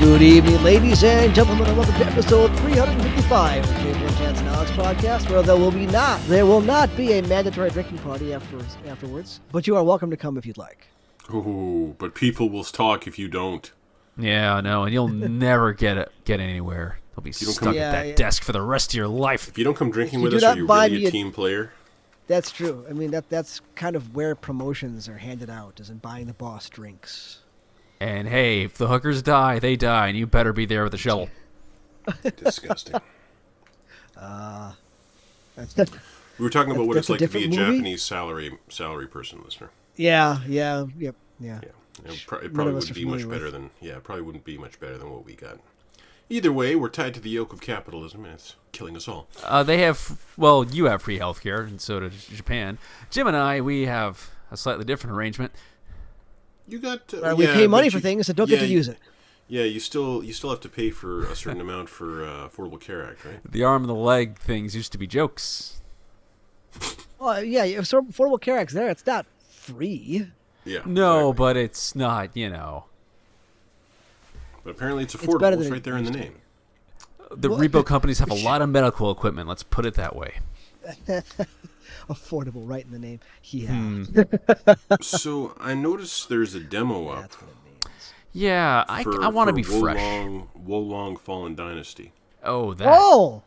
Good evening, ladies and gentlemen, and welcome to episode 355 of the JJ and Chance and Alex podcast, where there will be not there will not be a mandatory drinking party after, afterwards, but you are welcome to come if you'd like. Ooh, but people will talk if you don't. Yeah, I know, and you'll never get it, get anywhere. You'll be don't stuck come- at Yeah, that yeah. desk for the rest of your life. If you don't come drinking If with you us, do are not you buy really me a a- team player? That's true. I mean that that's kind of where promotions are handed out, is in buying the boss drinks. And hey, if the hookers die, they die, and you better be there with a shovel. Disgusting. That's We were talking about what That's it's like a to be a different movie? Japanese salary salary person listener. yeah, yeah, yep, yeah. Yeah, it, pro- it None probably of us wouldn't are be much familiar better than yeah, it probably wouldn't be much better than what we got. Either way, we're tied to the yoke of capitalism, and it's killing us all. Uh, they have, well, you have free healthcare, and so does Japan. Jim and I, we have a slightly different arrangement. You got uh, Right, yeah, we pay money but for you- things and don't yeah, get to use it. Yeah, you still you still have to pay for a certain amount for uh, Affordable Care Act, right? The arm and the leg things used to be jokes. Well, yeah, if so affordable care act's there, it's not free. Yeah. No, exactly. but it's not, you know. but apparently it's better affordable. It's, than it right there in the used to name. The Well, repo companies have a lot of medical equipment, let's put it that way. Affordable, right in the name. Yeah, Hmm. so I noticed there's a demo up that's what it means. Yeah, I, for, I want to for be fresh. Wolong, Wolong Fallen Dynasty. Oh, that. Oh,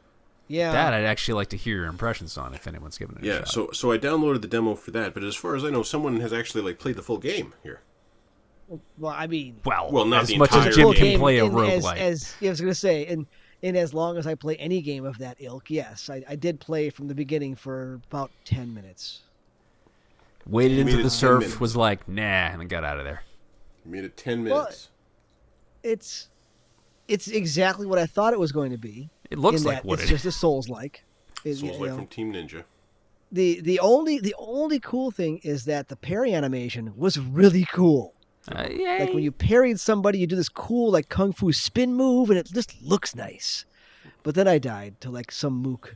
yeah. That I'd actually like to hear your impressions on if anyone's given it a Yeah, shot. so so I downloaded the demo for that, but as far as I know, someone has actually like played the full game here. well, I mean, well, Well, not as the much entire as Jim full game. can play a in as, roguelike. as yeah, I was gonna say, and in as long as I play any game of that ilk, yes, I, I did play from the beginning for about ten minutes. Waded into Waited 10 the surf, minutes. was like, nah, and then got out of there. You made it ten Well, minutes. It's, it's exactly what I thought it was going to be. It looks in like that what it's it just a Souls like. Souls like from Team Ninja. the the only the only cool thing is that the parry animation was really cool. Uh, yay. Like when you parried somebody, you do this cool like kung fu spin move, and it just looks nice. But then I died to like some mook,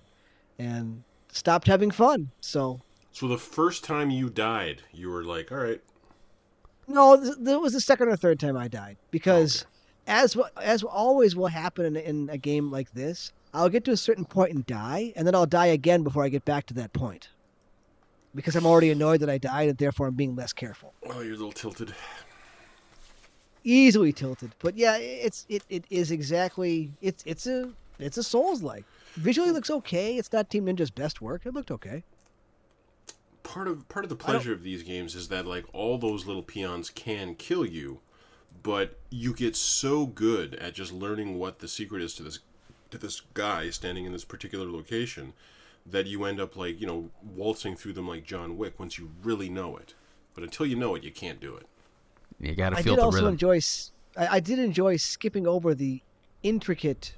and stopped having fun. So So the first time you died, you were like, "All right, no, th- that was the second or third time I died because, as wha- as always will happen in, in a game like this, I'll get to a certain point and die, and then I'll die again before I get back to that point, because I'm already annoyed that I died, and therefore I'm being less careful. oh, you're a little tilted." easily tilted. But yeah, it's it, it is exactly it's it's a it's a Souls like. Visually it looks okay. It's not Team Ninja's best work. It looked okay. Part of part of the pleasure of these games is that like all those little peons can kill you, but you get so good at just learning what the secret is to this to this guy standing in this particular location that you end up like you know waltzing through them like John Wick once you really know it. But until you know it, you can't do it. You gotta I feel did the also rhythm. enjoy s- I, I did enjoy skipping over the intricate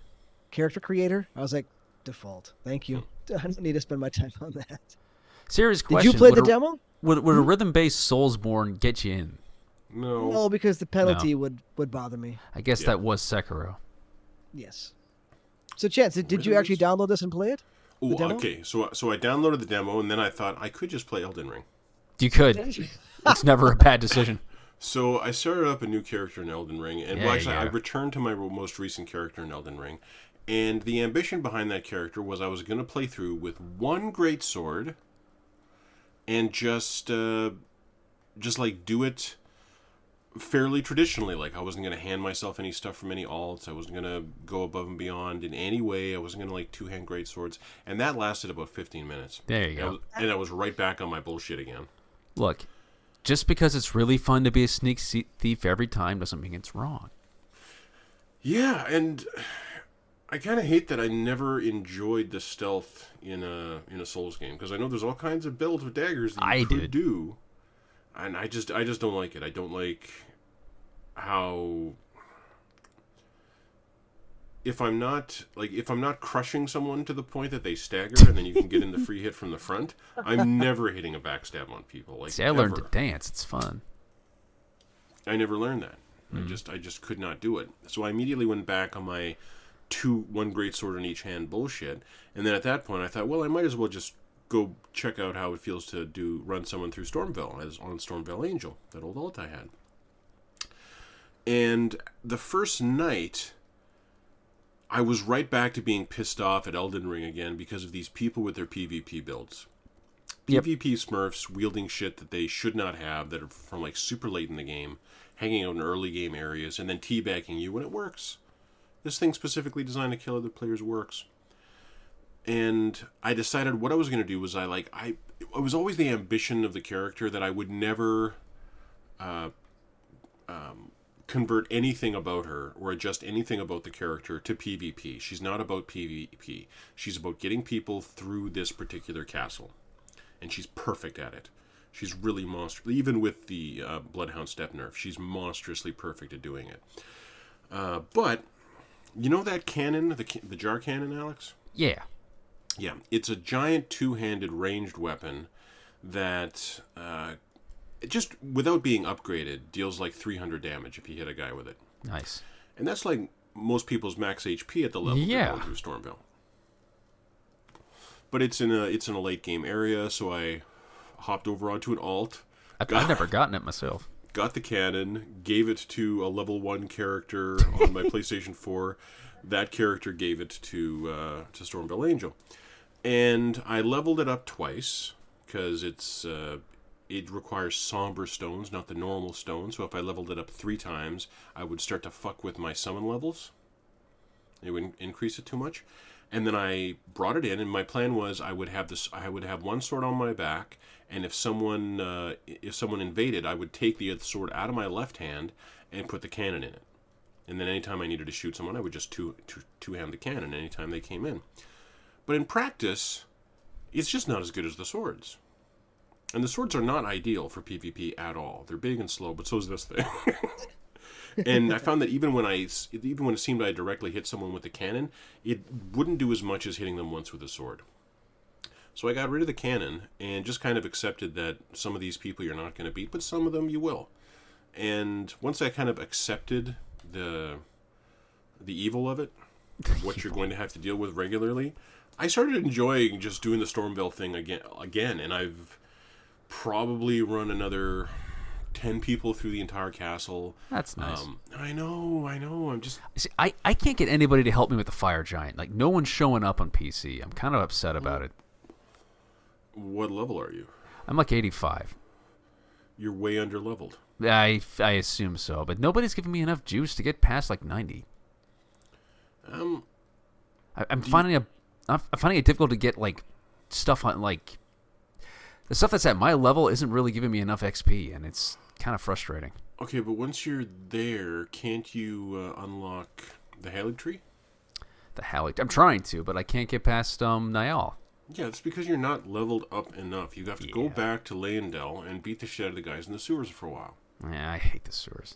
character creator. I was like, default. Thank you. I don't need to spend my time on that. Serious Did question. you play would the a- demo? Would, would a rhythm-based Soulsborne get you in? No. No, Oh, because the penalty would would bother me. I guess Yeah. that was Sekiro. Yes. So Chance, did, did you actually download this and play it? Ooh, demo? okay. So so I downloaded the demo and then I thought I could just play Elden Ring. You could. it's never a bad decision. So I started up a new character in Elden Ring, and well, Yeah, actually, I yeah. returned to my most recent character in Elden Ring, and the ambition behind that character was I was going to play through with one great sword, and just uh, just like do it fairly traditionally. Like I wasn't going to hand myself any stuff from any alts. I wasn't going to go above and beyond in any way. I wasn't going to like two hand great swords, and that lasted about fifteen minutes. There you And I go. was- and I was right back on my bullshit again. Look, just because it's really fun to be a sneak se- thief every time doesn't mean it's wrong. Yeah, and I kind of hate that I never enjoyed the stealth in a in a Souls game because I know there's all kinds of builds with daggers that you I could did. do, and I just I just don't like it. I don't like how if I'm not like if I'm not crushing someone to the point that they stagger and then you can get in the free hit from the front, I'm never hitting a backstab on people. Like See, I learned to ever. dance. It's fun. I never learned that. I just I just could not do it. So I immediately went back on my two one great sword in each hand bullshit. And then at that point I thought, well, I might as well just go check out how it feels to do run someone through Stormville as on Stormville Angel that old alt I had. And the first night, I was right back to being pissed off at Elden Ring again because of these people with their PvP builds. Yep. PvP Smurfs wielding shit that they should not have that are from like super late in the game, hanging out in early game areas, and then teabagging you when it works. This thing specifically designed to kill other players works. And I decided what I was going to do was I like I it was always the ambition of the character that I would never uh, um, convert anything about her or adjust anything about the character to PvP. She's not about PvP. She's about getting people through this particular castle. And she's perfect at it. She's really monstrous. Even with the uh, Bloodhound step nerf, she's monstrously perfect at doing it. Uh, but, you know that cannon, the, ca- the jar cannon, Alex? Yeah. Yeah, it's a giant two-handed ranged weapon that, uh, it just without being upgraded, deals like 300 damage if you hit a guy with it, Nice. and that's like most people's max HP at the level Yeah. they're going through Stormveil. But it's in a it's in a late game area, so I hopped over onto an alt, I've, God. I've never gotten it myself. got the cannon, gave it to a level one character on my PlayStation Four. That character gave it to uh, to Stormville Angel, and I leveled it up twice because it's uh, it requires somber stones, not the normal stones. So if I leveled it up three times, I would start to fuck with my summon levels. It would increase it too much, and then I brought it in, and my plan was I would have this. I would have one sword on my back, and if someone uh, if someone invaded, I would take the other sword out of my left hand and put the cannon in it. And then anytime I needed to shoot someone, I would just two two two hand the cannon anytime they came in. But in practice, it's just not as good as the swords. And the swords are not ideal for PvP at all. They're big and slow, but so is this thing. and I found that even when I s- even when it seemed I directly hit someone with the cannon, it wouldn't do as much as hitting them once with a sword. So I got rid of the cannon and just kind of accepted that some of these people you're not going to beat, but some of them you will. And once I kind of accepted the the evil of it, what you're going to have to deal with regularly, I started enjoying just doing the Stormville thing again again and I've probably run another 10 people through the entire castle. That's nice. Um, I know, I know. I'm just See, I, I can't get anybody to help me with the fire giant. Like no one's showing up on PC. I'm kind of upset Mm-hmm. about it. what level are you? I'm like 85. You're way under leveled. I, I assume so, but nobody's giving me enough juice to get past like 90. Um, I, I'm finding a I'm I'm finding it difficult to get like stuff on like the stuff that's at my level isn't really giving me enough XP, and it's kind of frustrating. okay, but once you're there, can't you uh, unlock the Halig tree? The Halleck. I'm trying to, but I can't get past um Niall. Yeah, it's because you're not leveled up enough. You have to go Yeah. back to Leyendel and beat the shit out of the guys in the sewers for a while. Yeah, I hate the sewers.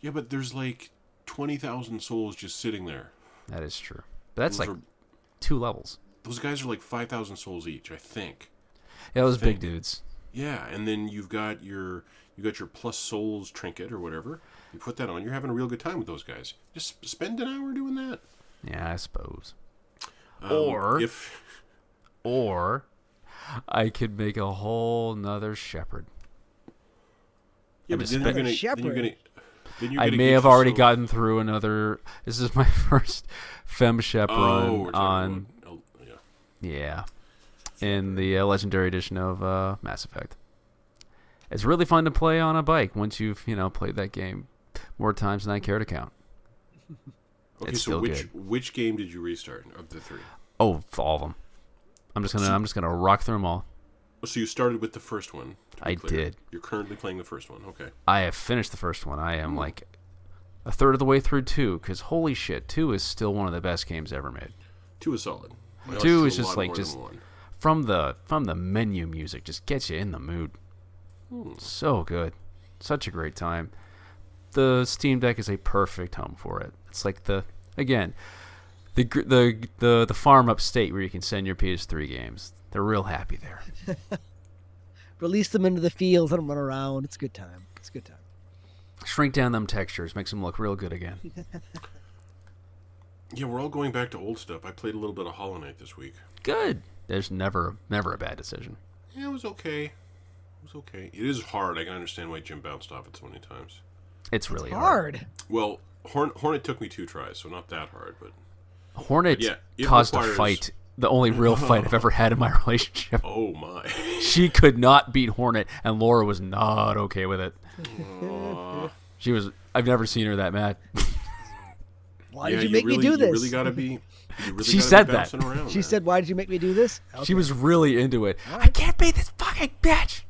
Yeah, but there's like 20,000 souls just sitting there. That is true. But that's Those, like are, two levels. those guys are like 5,000 souls each, I think. Yeah, those big Think. dudes. Yeah, and then you've got your you got your plus souls trinket or whatever. You put that on, you're having a real good time with those guys. Just sp- spend an hour doing that. Yeah, I suppose. Um, Or- if Or I could make a whole nother shepherd. yeah, but just then you're, spend- gonna, then you're Shepherd. gonna then you're I gonna may get have already yourself- gotten through another. This is my first fem shep oh, we're run talking on about- oh, yeah. Yeah. In the uh, legendary edition of uh, Mass Effect. It's really fun to play on a bike once you've, you know, played that game more times than I care to count. Okay, It's so still which which game did you restart of the three? Oh, f- all of them. I'm just gonna, I'm just gonna rock through them all. Oh, So you started with the first one. to be I did. You're currently playing the first one. Okay. I have finished the first one. I am like a third of the way through two, because holy shit, two is still one of the best games ever made. Two is solid. I liked Two it a is just lot like more than just- one. From the from the menu music, just gets you in the mood. Hmm. So good, such a great time. The Steam Deck is a perfect home for it. It's like the again, the gr- the the the farm upstate where you can send your PS3 games. They're real happy there. Release them into the fields, let them run around. It's a good time. It's a good time. Shrink down them textures, makes them look real good again. Yeah, we're all going back to old stuff. I played a little bit of Hollow Knight this week. Good. There's never never a bad decision. Yeah, it was okay. It was okay. It is hard. I can understand why Jim bounced off it so many times. It's really hard. Hard. Well, Horn, Hornet took me two tries, so not that hard, but Hornet Yeah, it caused a requires- fight. The only real fight I've ever had in my relationship. oh my. She could not beat Hornet, and Laura was not okay with it. She was. I've never seen her that mad. Why Yeah, did you make really, me do this? You really gotta be. You really She gotta said be that. bouncing Around she there. said, "Why did you make me do this?" She was really into it. I can't beat this fucking bitch.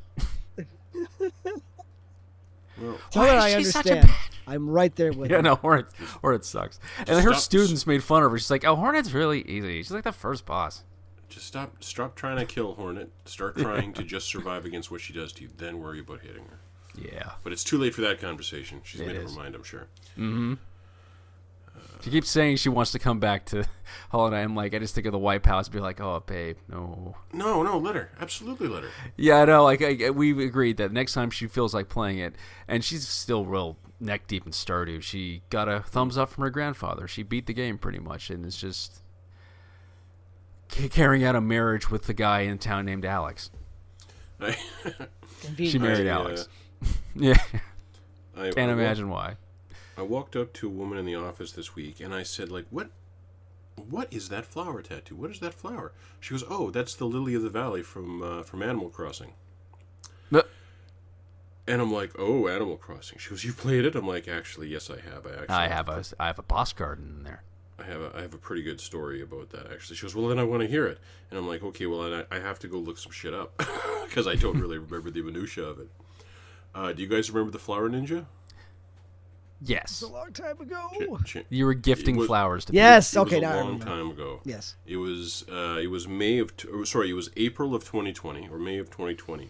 Well, Tell her I understand. I'm right there with Yeah, her. no, Hornet, Hornet sucks. And her stop- students made fun of her. She's like, "Oh, Hornet's really easy. She's like the first boss." just stop. Stop trying to kill Hornet. Start trying to just survive against what she does to you. Then worry about hitting her. Yeah, But it's too late for that conversation. She's It made up is. her mind. I'm sure. she keeps saying she wants to come back to Holiday. I'm like, I just think of the White House. Be like, "Oh, babe, no." No, no, let her. Absolutely, let her. Yeah, I know. Like I, we've agreed that next time she feels like playing it, and she's still real neck deep in Stardew. She got a thumbs up from her grandfather. She beat the game pretty much, and is just c- carrying out a marriage with the guy in town named Alex. I, She Convenient. married I, uh, Alex. Yeah, I can't imagine why. I walked up to a woman in the office this week and I said, like, what what is that flower tattoo? What is that flower? She goes, Oh, that's the lily of the valley from uh, from Animal Crossing. But And I'm like, Oh, Animal Crossing. She goes, You played it? I'm like, actually, yes I have. I actually I have a I have a boss garden in there. I have a, I have a pretty good story about that actually. She goes, well then I want to hear it, and I'm like, okay, well then I, I have to go look some shit up because I don't really remember the minutia of it. Uh, do you guys remember the Flower Ninja? Yes, A long time ago. Ch- it you were gifting It was- flowers to Yes. was okay. a Now I long remember. time ago. Yes. It was uh, it was May of t- or, sorry, it was April of 2020 or May of 2020.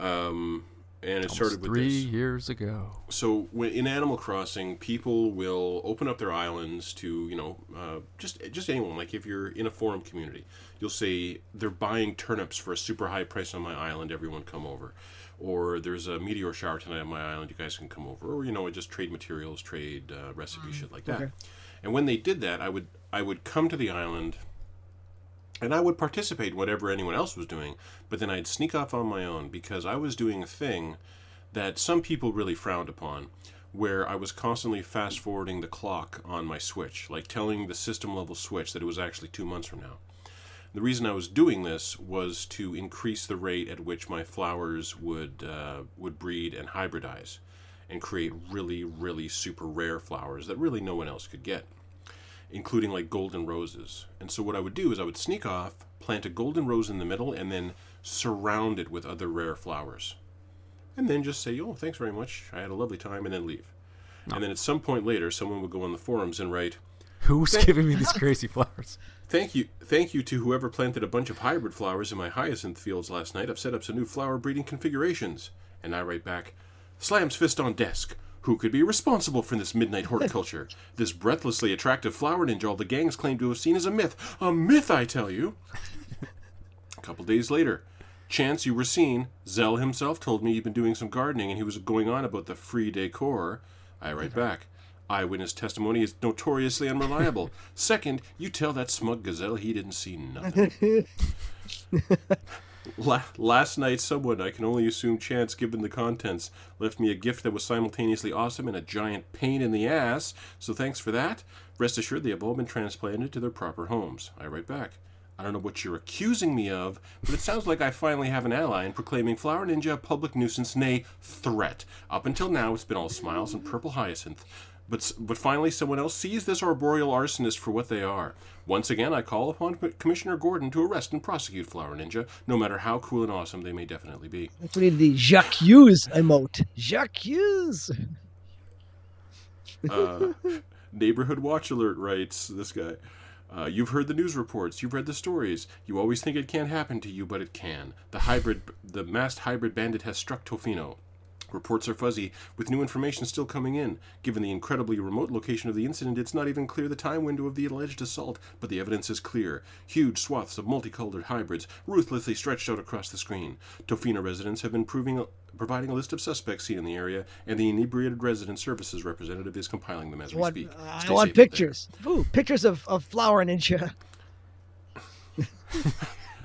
Um, and it people. started with three this. years ago. So when, in Animal Crossing, people will open up their islands to you know uh, just just anyone. Like if you're in a forum community, you'll say they're buying turnips for a super high price on my island. Everyone come over, or there's a meteor shower tonight on my island. You guys can come over, or you know just trade materials, trade uh, recipe shit like that. And when they did that, I would I would come to the island and I would participate in whatever anyone else was doing, but then I'd sneak off on my own because I was doing a thing that some people really frowned upon, where I was constantly fast forwarding the clock on my Switch, like telling the system level Switch that it was actually two months from now. The reason I was doing this was to increase the rate at which my flowers would uh, would breed and hybridize, and create really, really super rare flowers that really no one else could get including like golden roses. And so what I would do is I would sneak off, plant a golden rose in the middle, and then surround it with other rare flowers. And then just say, oh, thanks very much. I had a lovely time, and then leave. And then at some point later, someone would go on the forums and write, Who's giving me these crazy flowers? Thank you, thank you to whoever planted a bunch of hybrid flowers in my hyacinth fields last night. I've set up some new flower breeding configurations. And I write back, slams fist on desk. Who could be responsible for this midnight horticulture? this breathlessly attractive flower ninja all the gangs claim to have seen is a myth. A myth, I tell you. a couple days later, chance you were seen. Zell himself told me you'd been doing some gardening and he was going on about the free decor. I write back. Eyewitness testimony is notoriously unreliable. Second, you tell that smug gazelle he didn't see nothing. La- last night, someone, I can only assume chance given the contents, left me a gift that was simultaneously awesome and a giant pain in the ass, so thanks for that. Rest assured, they have all been transplanted to their proper homes. I write back. I don't know what you're accusing me of, but it sounds like I finally have an ally in proclaiming Flower Ninja a public nuisance, nay, threat. Up until now, it's been all smiles and purple hyacinth. But, s- but finally, someone else sees this arboreal arsonist for what they are. Once again, I call upon Co- Commissioner Gordon to arrest and prosecute Flower Ninja, no matter how cool and awesome they may definitely be. Like we need the Jacques Hughes emote. Jacques Hughes. Uh, Neighborhood Watch Alert writes this guy. Uh, you've heard the news reports. You've read the stories. You always think it can't happen to you, but it can. The hybrid, the masked hybrid bandit has struck Tofino. Reports are fuzzy, with new information still coming in. Given the incredibly remote location of the incident, it's not even clear the time window of the alleged assault, but the evidence is clear. Huge swaths of multicolored hybrids ruthlessly stretched out across the screen. Tofino residents have been proving, providing a list of suspects seen in the area, and the inebriated resident services representative is compiling them as I we want, speak. I Stay want safe out there. pictures. Ooh, pictures of, of flower ninja.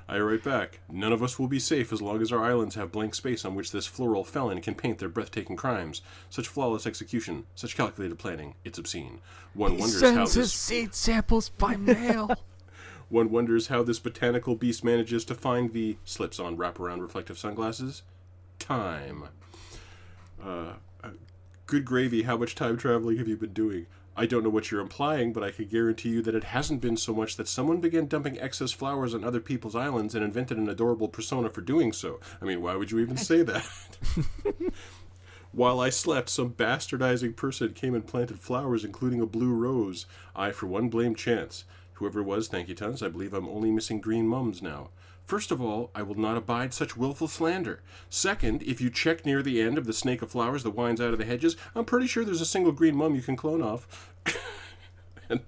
I write back, none of us will be safe as long as our islands have blank space on which this floral felon can paint their breathtaking crimes. Such flawless execution, such calculated planning, it's obscene. One wonders how Sends this his seed samples by mail. one wonders how this botanical beast manages to find the slips on wraparound reflective sunglasses. Time. Uh, uh, good gravy, how much time traveling have you been doing? I don't know what you're implying, but I can guarantee you that it hasn't been so much that someone began dumping excess flowers on other people's islands and invented an adorable persona for doing so. I mean, why would you even say that? While I slept, some bastardizing person came and planted flowers, including a blue rose. I, for one, blame chance. Whoever it was, thank you tons. I believe I'm only missing green mums now. First of all, I will not abide such willful slander. Second, if you check near the end of the snake of flowers that winds out of the hedges, I'm pretty sure there's a single green mum you can clone off. and,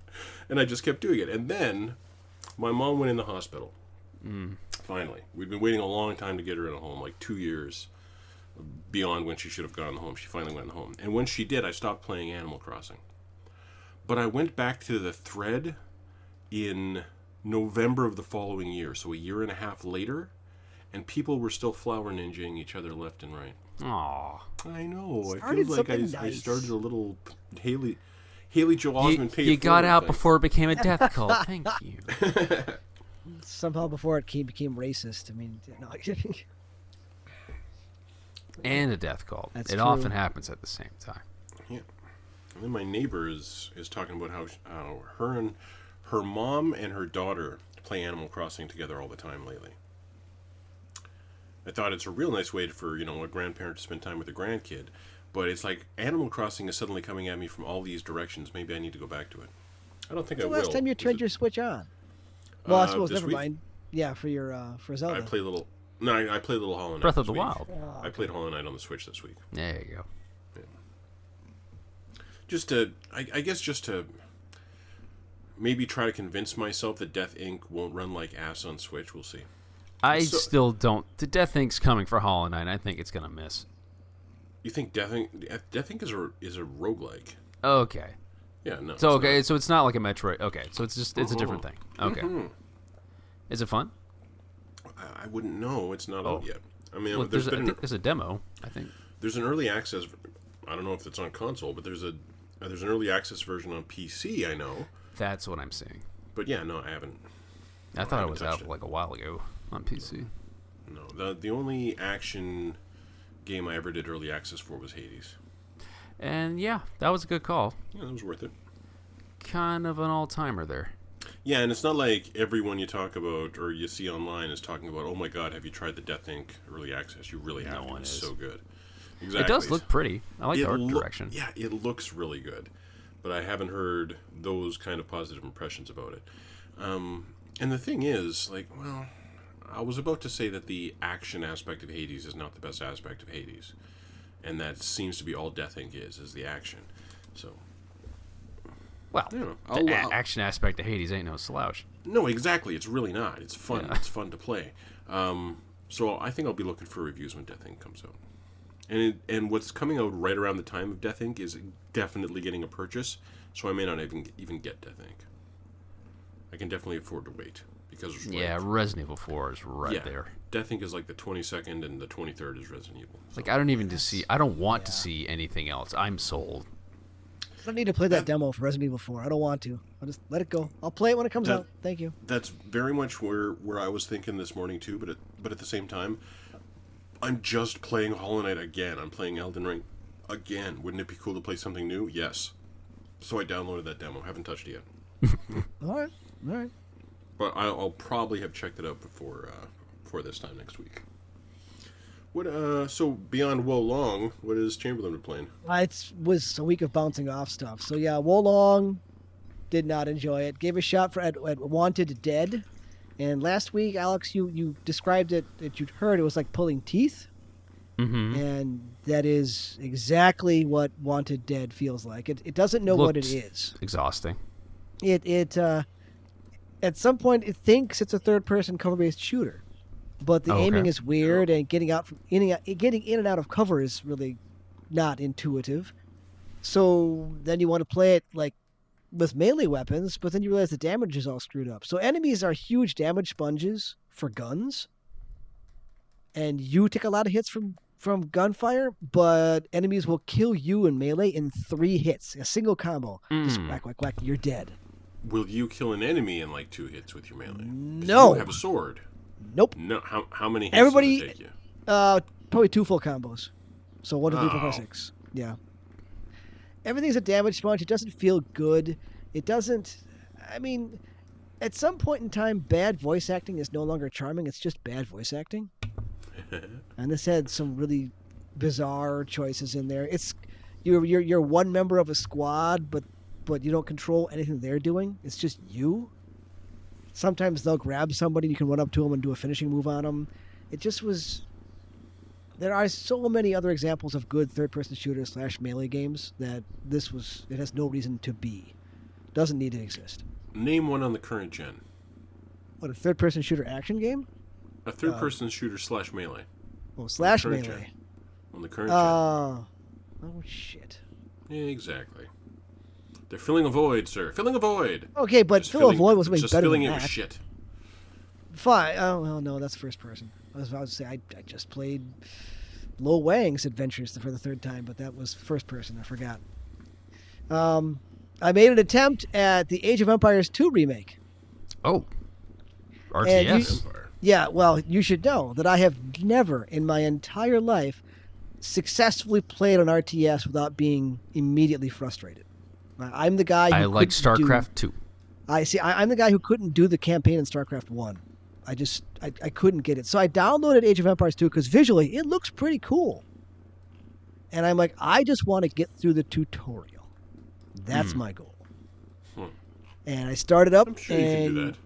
and I just kept doing it. And then my mom went in the hospital. Finally. We'd been waiting a long time to get her in a home, like two years beyond when she should have gone home. She finally went home. And when she did, I stopped playing Animal Crossing. But I went back to the thread in November of the following year, so a year and a half later, and people were still flower ninjaing each other left and right. Aw. I know. It Started feels like I, something I nice. started a little Haley Haley Joel You, Osment paid you got forward out thing. before it became a death cult. Thank you. Somehow before it came, became racist. I mean, no, I'm kidding. And a death cult. That's it true. often happens at the same time. And then my neighbor is, is talking about how, sh- how her and her mom and her daughter play Animal Crossing together all the time lately. I thought it's a real nice way for you know a grandparent to spend time with a grandkid, but it's like Animal Crossing is suddenly coming at me from all these directions. Maybe I need to go back to it. I don't think I the will. last time you Was turned it- your Switch on? Well, I Uh, suppose this never week? mind. Yeah, for your uh, for Zelda. I play little. No, I, I play little Hollow Knight. Breath of this the week. Wild. I played Hollow Knight on the Switch this week. There you go. just to I, I guess just to maybe try to convince myself that Death Inc. won't run like ass on Switch. We'll see. I So- still don't. The Death Inc's coming for Hollow Knight. I think it's gonna miss. You think Death Inc. Death- Death Inc. is a is a roguelike? Okay. Yeah, no. So it's okay. So it's not like a Metroid. Okay. So it's just it's a different Mhm. thing. Okay. Is it fun? not. I- I wouldn't know. It's not Oh. out yet. I mean, Well, there's there's a, I been think there's a demo. I think. there's an early access. I don't know if it's on console, but there's a uh, there's an early access version on PC. I know, That's what I'm seeing. but yeah, no, I haven't. I thought it Oh, haven't was touched out it. like a while ago on PC. No, the the only action game I ever did early access for was Hades. And yeah, that was a good call. Yeah, that was worth it. Kind of an all timer there. Yeah, and it's not like everyone you talk about or you see online is talking about, oh my god, have you tried the Death Inc. early access? You really have. to. one it's is. so good. Exactly. It does look pretty. I like It the art loo- direction. Yeah, it looks really good. But I haven't heard those kind of positive impressions about it. Um, and the thing is, like, well, I was about to say that the action aspect of Hades is not the best aspect of Hades. And that seems to be all Death Inc. is, is the action. So, Well, I don't know. the I'll- uh, a- I'll- action aspect of Hades ain't no slouch. No, exactly. It's really not. It's fun. It's fun to play. Um, so I think I'll be looking for reviews when Death Inc. comes out. And it, and what's coming out right around the time of Death Inc. is definitely getting a purchase. So I may not even even get Death Inc. I can definitely afford to wait because it's Yeah, like- Resident Evil 4 is right yeah. there. Death Inc. is like the twenty second, and the twenty third is Resident Evil. Like I don't even to see. I don't want to see anything else. I'm sold. I don't need to play that demo for Resident Evil 4. I don't want to. I'll just let it go. I'll play it when it comes That- out. Thank you. that's very much where where I was thinking this morning too. But at, but at the same time, I'm just playing Hollow Knight again. I'm playing Elden Ring again. Wouldn't it be cool to play something new? Yes. So I downloaded that demo. Haven't touched it yet, All right. All right. but I'll, I'll probably have checked it out before uh, before this time next week. What uh? So beyond Wo Long, what is Chamberlain been playing? It Uh, was a week of bouncing off stuff. So yeah, Wolong did not enjoy it. Gave a shot for at, at Wanted Dead, and last week, Alex, you you described it that you'd heard. It was like pulling teeth, Mm-hmm. and that is exactly what Wanted Dead feels like. It it doesn't know what it Looked- is. Exhausting. It it uh, at some point it thinks it's a third person cover based shooter, but the Oh, okay. aiming is weird, and getting out from in, and out- getting in and out of cover is really not intuitive. So then you want to play it like with melee weapons, but then you realize the damage is all screwed up. So enemies are huge damage sponges for guns, and you take a lot of hits from from gunfire. But enemies will kill you in melee in three hits, a single combo. Just Mm. whack, whack, whack. You're dead. Will you kill an enemy in like two hits with your melee? 'Cause No. You have a sword. Nope. No. How, how many hits Everybody- does it take you? Uh, probably two full combos. So one, two, three, four, five, Oh. six. Yeah. Everything's a damage sponge. It doesn't feel good. It doesn't. I mean, at some point in time, bad voice acting is no longer charming. It's just bad voice acting. and this had some really bizarre choices in there. It's you're you're you're one member of a squad, but but you don't control anything they're doing. It's just you. Sometimes they'll grab somebody, you can run up to them and do a finishing move on them. It just was there are so many other examples of good third-person shooter slash melee games that this was it has no reason to be doesn't need to exist Name one on the current gen. what a third-person shooter action game A Uh, third person shooter slash melee oh slash Current melee on the current uh, oh shit gen. Yeah, exactly. They're filling a void, sir. Filling a void. okay but Just fill a filling- void was something just better filling than it with that shit. fine oh well no that's first person i was about to say i, I just played lo wang's adventures for the third time but that was first person i forgot um i made an attempt at the age of empires 2 remake Oh, And you- RTS. Empire. Yeah, well, you should know that I have never in my entire life successfully played an RTS without being immediately frustrated. I- I'm the guy. Who I like couldn't do- StarCraft Two. I see. I, I'm the guy who couldn't do the campaign in StarCraft One. I just I, I couldn't get it. So I downloaded Age of Empires Two because visually it looks pretty cool. And I'm like, I just want to get through the tutorial. That's my goal. Hmm. And I started up. I'm sure and you can do that.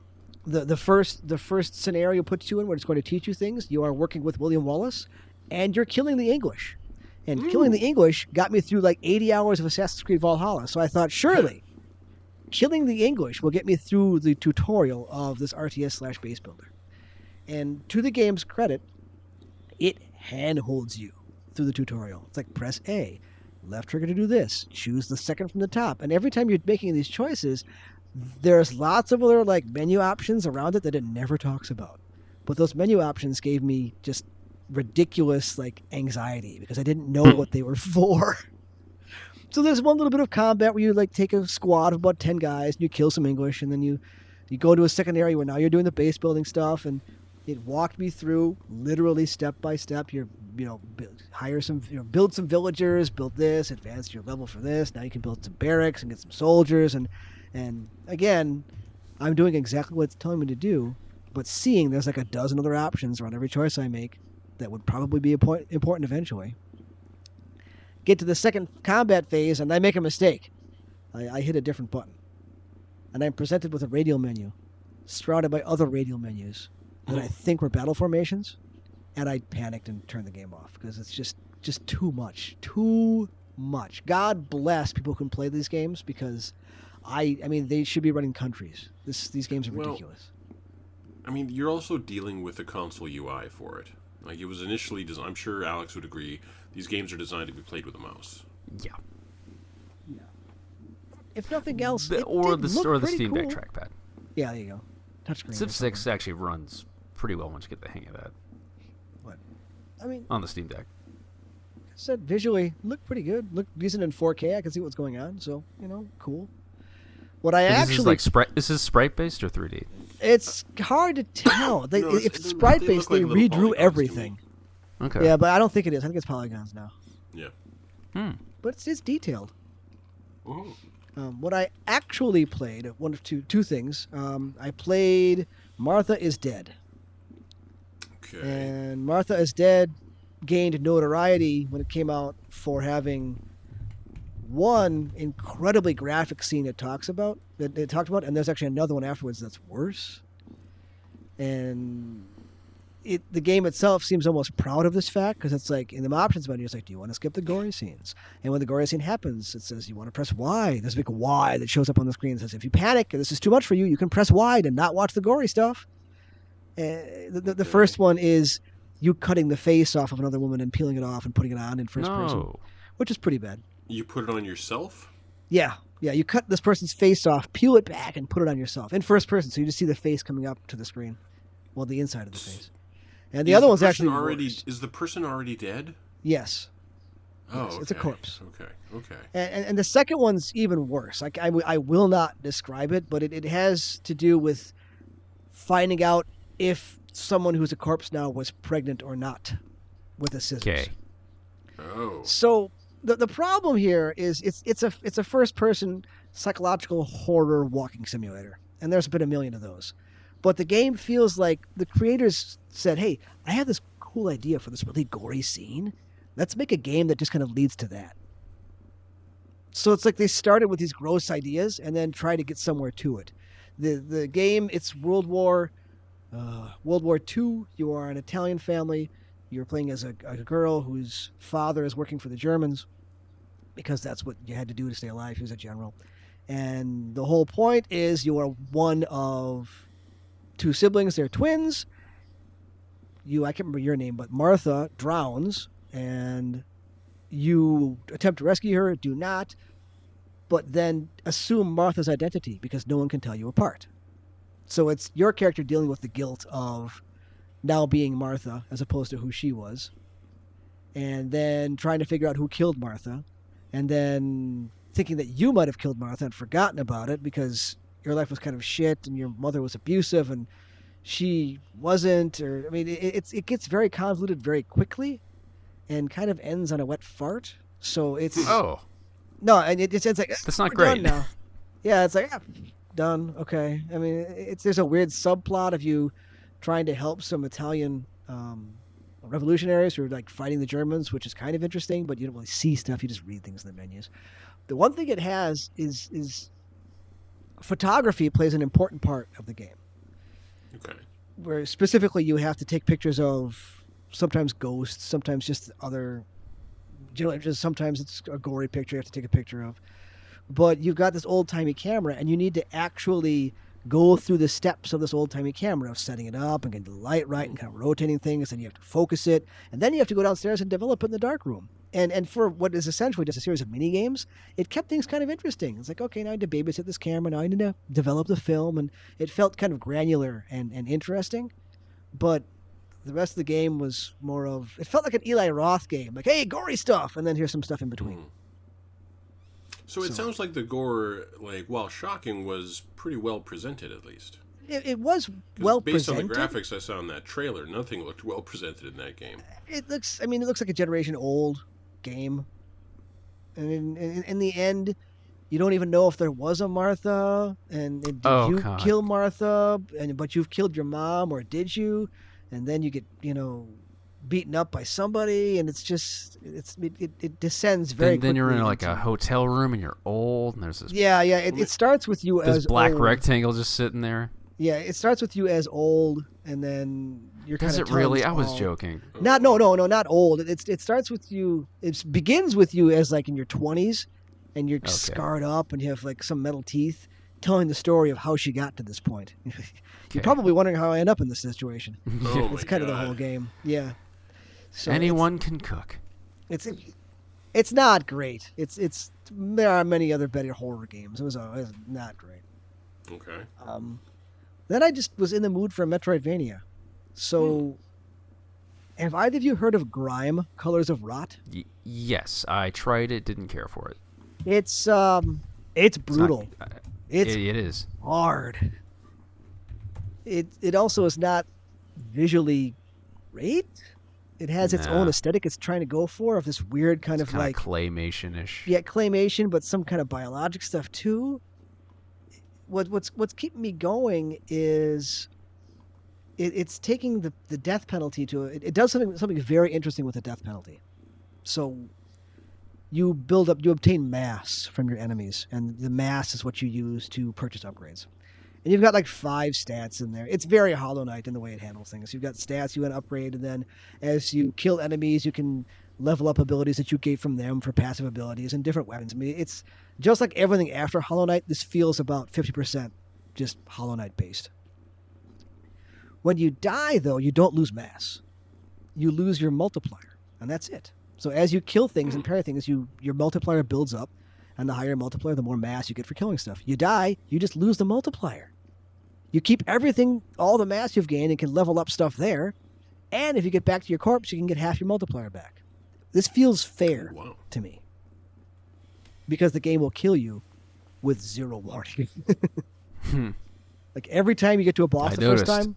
the the first the first scenario puts you in where it's going to teach you things. You are working with William Wallace, and you're killing the English. And killing the English got me through like 80 hours of Assassin's Creed Valhalla. So I thought, surely, killing the English will get me through the tutorial of this RTS slash base builder. And to the game's credit, it handholds you through the tutorial. It's like press A, left trigger to do this, choose the second from the top. And every time you're making these choices, there's lots of other like menu options around it that it never talks about. But those menu options gave me just ridiculous like anxiety because I didn't know what they were for. So there's one little bit of combat where you like take a squad of about ten guys and you kill some English and then you you go to a second area where now you're doing the base building stuff and it walked me through literally step by step. You're you know bu- hire some you know build some villagers, build this, advance your level for this. Now you can build some barracks and get some soldiers and and again, I'm doing exactly what it's telling me to do, but seeing there's like a dozen other options around every choice I make that would probably be appo- important eventually. Get to the second combat phase and I make a mistake. I, I hit a different button. And I'm presented with a radial menu, surrounded by other radial menus that I think were battle formations. And I panicked and turned the game off because it's just just too much. Too much. God bless people who can play these games because I I mean they should be running countries. This these games are Well, ridiculous. I mean, you're also dealing with the console UI for it. Like it was initially designed. I'm sure Alex would agree. These games are designed to be played with a mouse. Yeah, If nothing else, The- it or did the look or the pretty Steam Deck cool. trackpad. Yeah, there you go. Touchscreen. Civ or Six something. actually runs pretty well once you get the hang of that I mean, on the Steam Deck. I said visually looked pretty good. Looked decent in 4K. I can see what's going on. So you know, cool. What I And actually this is like sprite. This is sprite based or 3D. It's hard to tell. They, No, it's- if it's they look- sprite they based, look like they, little redrew polygons to me. everything. Okay. Yeah, but I don't think it is. I think it's polygons now. Yeah. Hmm. But it's, it's detailed. Oh. Um, what I actually played, one of two two things. Um, I played Martha is Dead, Okay. and Martha is Dead gained notoriety when it came out for having one incredibly graphic scene it talks about that it talked about, and there's actually another one afterwards that's worse. And it the game itself seems almost proud of this fact because it's like in the options menu, it's like, do you want to skip the gory scenes? And when the gory scene happens, it says you want to press Y. There's a big Y that shows up on the screen that says if you panic and this is too much for you, you can press Y to not watch the gory stuff. Uh, the, the, the Okay. first one is you cutting the face off of another woman and peeling it off and putting it on in first person, No. which is pretty bad. You put it on yourself. Yeah, Yeah, you cut this person's face off, peel it back, and put it on yourself in first person, so you just see the face coming up to the screen, well, the inside of the face. And the Is other one's person actually already worse. is the person already dead? yes, Oh, Yes, it's a okay. corpse. Okay, okay. and, and, and the second one's even worse. Like I, w- I will not describe it, but it, it has to do with finding out if someone who's a corpse now was pregnant or not with a scissors. Okay. Oh, So the the problem here is it's it's a it's a first person psychological horror walking simulator, and there's been a million of those. But the game feels like the creators said, "Hey, I have this cool idea for this really gory scene. Let's make a game that just kind of leads to that." So it's like they started with these gross ideas and then try to get somewhere to it. The the game it's World War uh, World War II. You are an Italian family you're playing as a, a girl whose father is working for the Germans because that's what you had to do to stay alive. He was a general. And the whole point is you are one of two siblings, they're twins. You, I can't remember your name, but Martha drowns and you attempt to rescue her, do not, but then assume Martha's identity because no one can tell you apart. So it's your character dealing with the guilt of now being Martha as opposed to who she was, and then trying to figure out who killed Martha, and then thinking that you might have killed Martha and forgotten about it because your life was kind of shit and your mother was abusive and she wasn't. Or I mean, it, it's it gets very convoluted very quickly, and kind of ends on a wet fart. So it's Oh, no, and it just ends like "Eh, That's not we're done great. now. yeah, it's like ah, done. Okay. I mean, it's there's a weird subplot of you trying to help some Italian um, revolutionaries who are like fighting the Germans, which is kind of interesting, but you don't really see stuff. You just read things in the menus. The one thing it has is is photography plays an important part of the game okay. where specifically you have to take pictures of sometimes ghosts, sometimes just other generally just sometimes it's a gory picture you have to take a picture of. But you've got this old timey camera and you need to actually go through the steps of this old timey camera of setting it up and getting the light right and kind of rotating things and you have to focus it and then you have to go downstairs and develop it in the dark room. And and for what is essentially just a series of mini games, it kept things kind of interesting. It's like, okay, now I need to babysit this camera, now I need to develop the film and it felt kind of granular and, and interesting, but the rest of the game was more of it felt like an Eli Roth game, like hey, gory stuff, and then here's some stuff in between. Hmm. So it So- sounds like the gore, like while shocking, was pretty well presented at least. It, it was 'Cause well based presented. on the graphics I saw in that trailer, nothing looked well presented in that game. It looks, I mean, it looks like a generation old game, and in, in, in the end, you don't even know if there was a Martha, and, and did Oh, you God. kill Martha, and but you've killed your mom, or did you? And then you get you know beaten up by somebody, and it's just it's it, it, it descends very. then, then you're in quickly like a into- hotel room and you're old and there's this Yeah, yeah. It, it starts with you this as black old. rectangle just sitting there. Yeah, it starts with you as old, and then you're kind Does of it really? I was joking. Not no no no not old. It's it starts with you. It begins with you as like in your twenties, and you're Okay. scarred up, and you have like some metal teeth, telling the story of how she got to this point. Okay. you're probably wondering how I end up in this situation. Oh my it's kind of the God. whole game. Yeah. So it's- Anyone can cook. it's it's not great. It's it's there are many other better horror games. It was, uh, it was not great. Okay. Oh, Um, then I just was in the mood for a Metroidvania. So, have either of you heard of Grime: Colors of Rot? Y- yes, I tried it. Didn't care for it. It's um, it's It's not- brutal. I- It's, it- it is. hard. It it also is not visually great. It has its own Nah. aesthetic it's trying to go for of this weird kind of Kind like of claymation ish. yeah, claymation, but some kind of biologic stuff too. What what's what's keeping me going is it, it's taking the, the death penalty to it, it does something something very interesting with the death penalty. So you build up you obtain mass from your enemies, and the mass is what you use to purchase upgrades. And you've got like five stats in there. It's very Hollow Knight in the way it handles things. You've got stats you can upgrade, and then as you kill enemies, you can level up abilities that you get from them for passive abilities and different weapons. I mean, it's just like everything after Hollow Knight. This feels about fifty percent just Hollow Knight based. When you die, though, you don't lose mass; you lose your multiplier, and that's it. So as you kill things and parry things, you your multiplier builds up, and the higher multiplier, the more mass you get for killing stuff. You die, you just lose the multiplier. You keep everything, all the mass you've gained, and can level up stuff there. And if you get back to your corpse, you can get half your multiplier back. This feels fair Wow. to me because the game will kill you with zero warning. like every time you get to a boss Hmm. I the first noticed. time,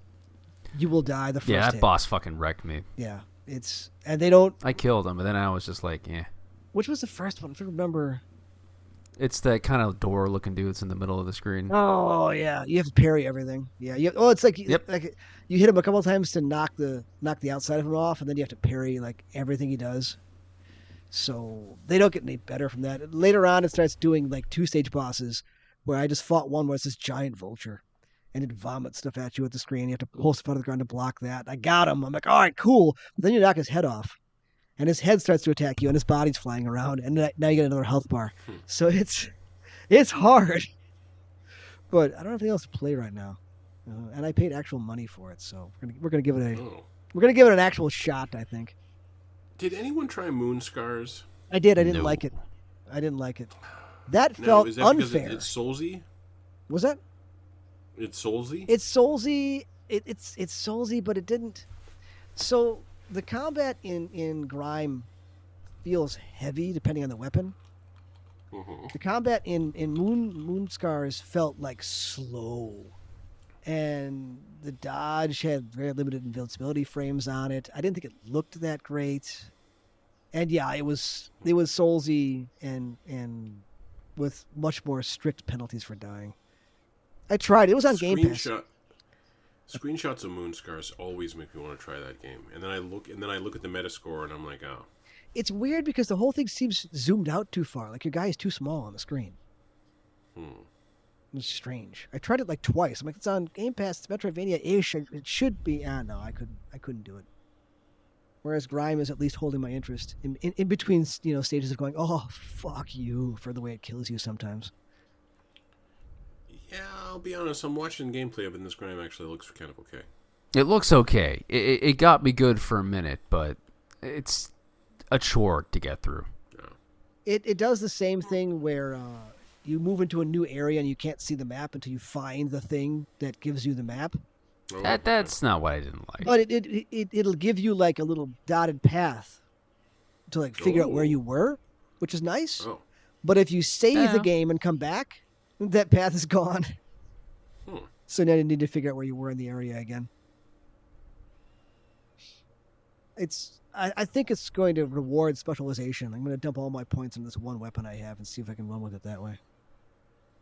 you will die the first Yeah, that hit. boss fucking wrecked me. Yeah, it's and they don't. I killed him, but then I was just like, yeah. Which was the first one? I'm trying to remember. It's that kind of door looking dude that's in the middle of the screen. Oh yeah, you have to parry everything. Yeah, you. Oh, it's like Yep. like you hit him a couple of times to knock the knock the outside of him off, and then you have to parry like everything he does. So they don't get any better from that. Later on, it starts doing like two stage bosses, where I just fought one where it's this giant vulture, and it vomits stuff at you at the screen. You have to pull stuff out of the ground to block that. I got him. I'm like, all right, cool. But then you knock his head off, and his head starts to attack you, and his body's flying around, and th- now you get another health bar. Hmm. So it's it's hard, but I don't have anything else to play right now, uh, and I paid actual money for it, so we're gonna, we're gonna give it a Oh. we're gonna give it an actual shot. I think Did anyone try Moon Scars? I did. I didn't No. like it. I didn't like it. That Now, felt is that because unfair. it, it's Soulsy? Was that? It's Soulsy? It's Soulsy. It, it's it's Soulsy, but it didn't. So the combat in in Grime feels heavy depending on the weapon. Mhm. The combat in in Moon Moon Scars felt like slow, and the dodge had very limited invincibility frames on it. I didn't think it looked that great, and yeah, it was it was Soulsy and and with much more strict penalties for dying. I tried. It was on Game Pass. Screenshot. Screenshots of Moon Scars always make me want to try that game, and then I look and then I look at the Metascore and I'm like, oh, it's weird because the whole thing seems zoomed out too far. Like your guy is too small on the screen. Hmm. It's strange. I tried it like twice. I'm like, it's on Game Pass. It's Metroidvania ish. It should be. Ah, no, I couldn't. I couldn't do it. Whereas Grime is at least holding my interest in, in, in between, you know, stages of going, oh fuck you for the way it kills you sometimes. yeah. I'll be honest. I'm watching gameplay of it, and this game actually looks kind of okay. It looks okay. It, it, it got me good for a minute, but it's a chore to get through. it, it does the same thing where uh, you move into a new area and you can't see the map until you find the thing that gives you the map. Oh, That that's not what I didn't like. But it, it, it it'll give you like a little dotted path to like figure out where Ooh. you were, which is nice. Oh, But if you save the Yeah. game and come back, that path is gone. Hmm. So now you need to figure out where you were in the area again. It's I, I think it's going to reward specialization. I'm going to dump all my points on this one weapon I have and see if I can run with it that way.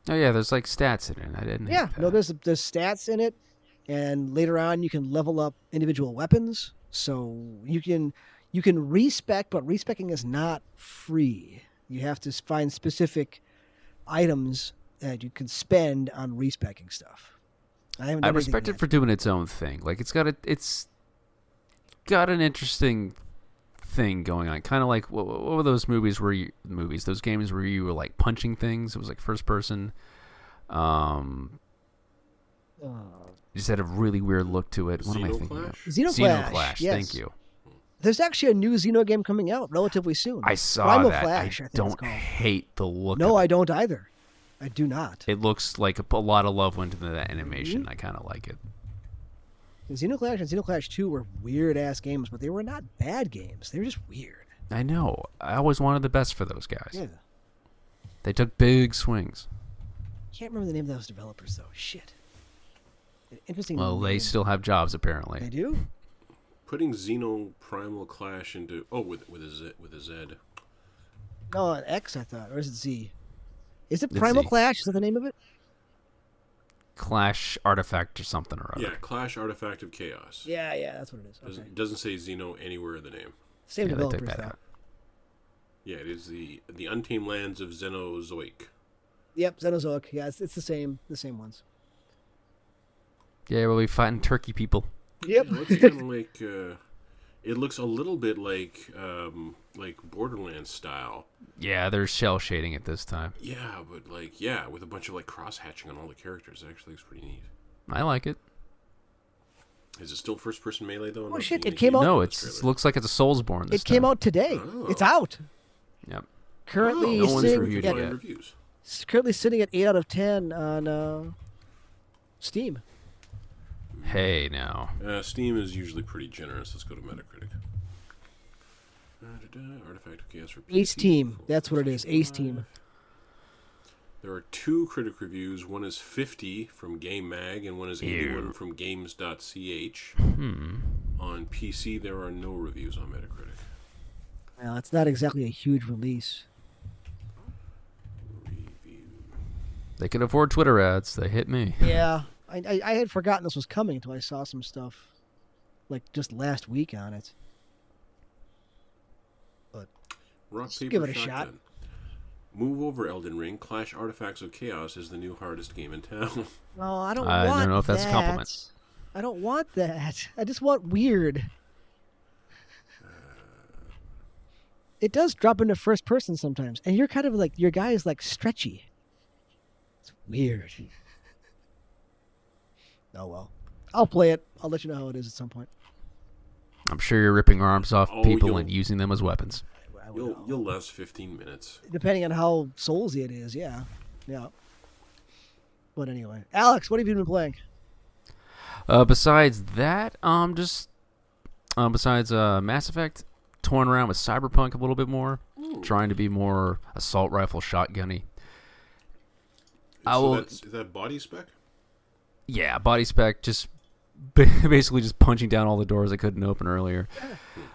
Oh yeah, there's like stats in it. I didn't. Yeah, hate no, that. there's there's stats in it, and later on you can level up individual weapons. So you can you can respec, but respecing is not free. You have to s- find specific items that you can spend on respecing stuff. I haven't. I done anything respect it yet. for doing its own thing. Like it's got a, it's got an interesting thing going on. Kind of like what, what were those movies where you movies those games where you were like punching things. It was like first person. Um, Uh, it just had a really weird look to it. What am I thinking? Of? Xenoclash. Xenoclash. yes. Thank you. There's actually a new Xeno game coming out relatively soon. I saw that. Flash, I, I think it's don't called. hate the look. No, of I don't either. I do not. it. It looks like a, a lot of love went into that animation. Mm-hmm. I kind of like it. Xenoclash and Xenoclash 2 were weird ass games, but they were not bad games. They were just weird. I know. I always wanted the best for those guys. Yeah. They took big swings. Can't remember the name of those developers though. Shit. An Interesting. Well, they name. still have jobs They apparently. do. Putting Xeno Primal Clash into oh with with a Z with a Z. No, an X I thought, or is it Z? Is it It's Primal Z. Clash? Is that the name of it? Clash artifact or something or other. Yeah, Clash Artifact of Chaos. Yeah, yeah, that's what it is. Doesn't, Okay. doesn't say Xeno anywhere in the name. Same Yeah, they took developers that though. out. Yeah, it is the the Untamed Lands of Xenozoic. Yep, Xenozoic. Yeah, it's, it's the same, the same ones. Yeah, we'll be fighting turkey people. Yep. Yeah, it looks kind of like uh, it looks a little bit like um, like Borderlands style. Yeah, they're shell shading it this time. Yeah, but like yeah, with a bunch of like cross hatching on all the characters. It actually looks pretty neat. I like it. Is it still first person melee though? I'm Oh, not shit, seeing it a came game out- No, in this it's, it trailer. Oh. looks like it's a Soulsborne. This it came time. out today. Oh. It's out. Yep. Currently, Oh. No one's sitting, reviewed at, it yet. Reviews. s- currently sitting at eight out of ten on uh, Steam. Hey, now. Uh, Steam is usually pretty generous. Let's go to Metacritic. Da-da-da, Artifact okay, that's for Ace PC, Team, for that's what it is. Ace PS5. Team. There are two critic reviews. One is 50 from Game Mag, and one is 81 from Games.ch. Hmm. On PC, there are no reviews on Metacritic. Well, it's not exactly a huge release. Review. They can afford Twitter ads. They hit me. Yeah, I, I, I had forgotten this was coming until I saw some stuff, like just last week on it. Rock, Just paper, give it a shot. shotgun. Move over, Elden Ring. Clash Artifacts of Chaos is the new hardest game in town. No, I don't. I don't want know if that's a that. compliment. I don't want that. I just want weird. It does drop into first person sometimes, and you're kind of like your guy is like stretchy. It's weird. oh well, I'll play it. I'll let you know how it is at some point. I'm sure you're ripping arms off Oh, people you'll- and using them as weapons. I- I will You'll, know. you'll last 15 minutes. Depending on how soulsy it is, yeah, yeah. But anyway, Alex, what have you been playing? Uh, besides that, um, just um, besides uh, Mass Effect, toying around with Cyberpunk a little bit more, trying to be more assault rifle shotgunny. I So will- that's, is that body spec? Yeah, body spec, just ba- basically just punching down all the doors I couldn't open earlier.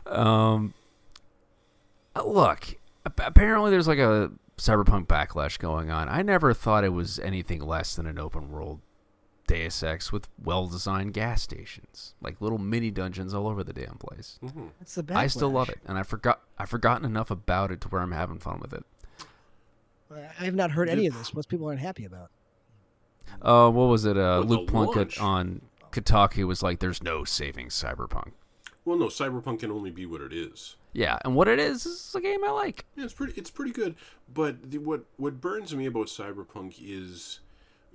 Um, uh, look, ap- apparently there's like a cyberpunk backlash going on. I never thought it was anything less than an open world Deus Ex with well-designed gas stations, like little mini dungeons all over the damn place. It's the best. I still love it, and I forgot I've forgotten enough about it to where I'm having fun with it. I have not heard any of this. What people aren't happy about? Uh, what was it? Uh, Well, the Luke launch. Plunkett on Kotaku was like, "There's no saving cyberpunk." Well, no, Cyberpunk can only be what it is. Yeah, and what it is is a game I like. Yeah, it's pretty. It's pretty good. But the, what what burns me about Cyberpunk is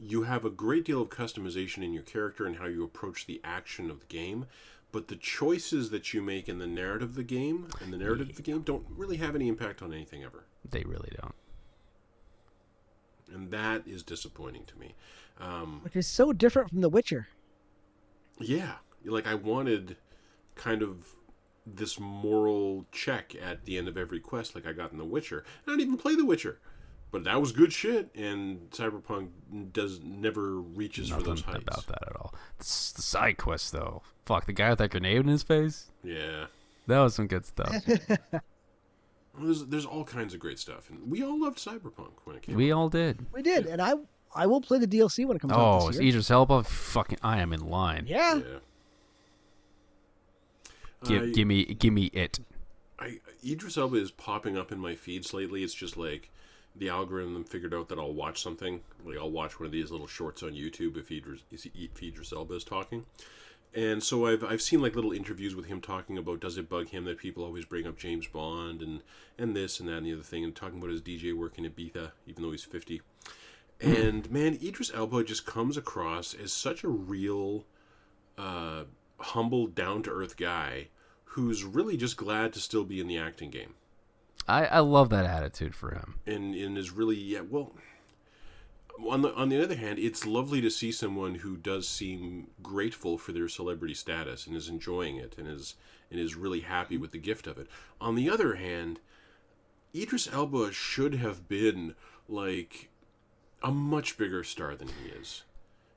you have a great deal of customization in your character and how you approach the action of the game, but the choices that you make in the narrative of the game and the narrative of the game don't really have any impact on anything ever, They really don't. and that is disappointing to me. Um, Which is so different from The Witcher. yeah, like I wanted kind of this moral check at the end of every quest, like I got in The Witcher. I don't even play The Witcher, but that was good shit. And Cyberpunk does never reaches for those Nothing heights. about that at all. It's the side quest though. Fuck the guy with that grenade in his face. Yeah, That was some good stuff. Well, there's there's all kinds of great stuff, and we all loved Cyberpunk when it came. we all did. We did, and I I will play the DLC when it comes out Oh, this it's year. Idris Elba. Fucking, I am in line. Yeah. out. yeah. Give, I- give me, give me it. I Idris Elba is popping up in my feeds lately. It's just like the algorithm figured out that I'll watch something. Like I'll watch one of these little shorts on YouTube if Idris, if Idris Elba is talking. And so I've, I've seen like little interviews with him talking about does it bug him that people always bring up James Bond and, and this and that and the other thing and talking about his DJ work in Ibiza even though he's 50. And man, Idris Elba just comes across as such a real uh, humble, down to earth guy who's really just glad to still be in the acting game I, I love that attitude for him. and, and is really, yeah, well. On the, on the other hand, it's lovely to see someone who does seem grateful for their celebrity status and is enjoying it and is and is really happy with the gift of it. On the other hand, Idris Elba should have been like a much bigger star than he is.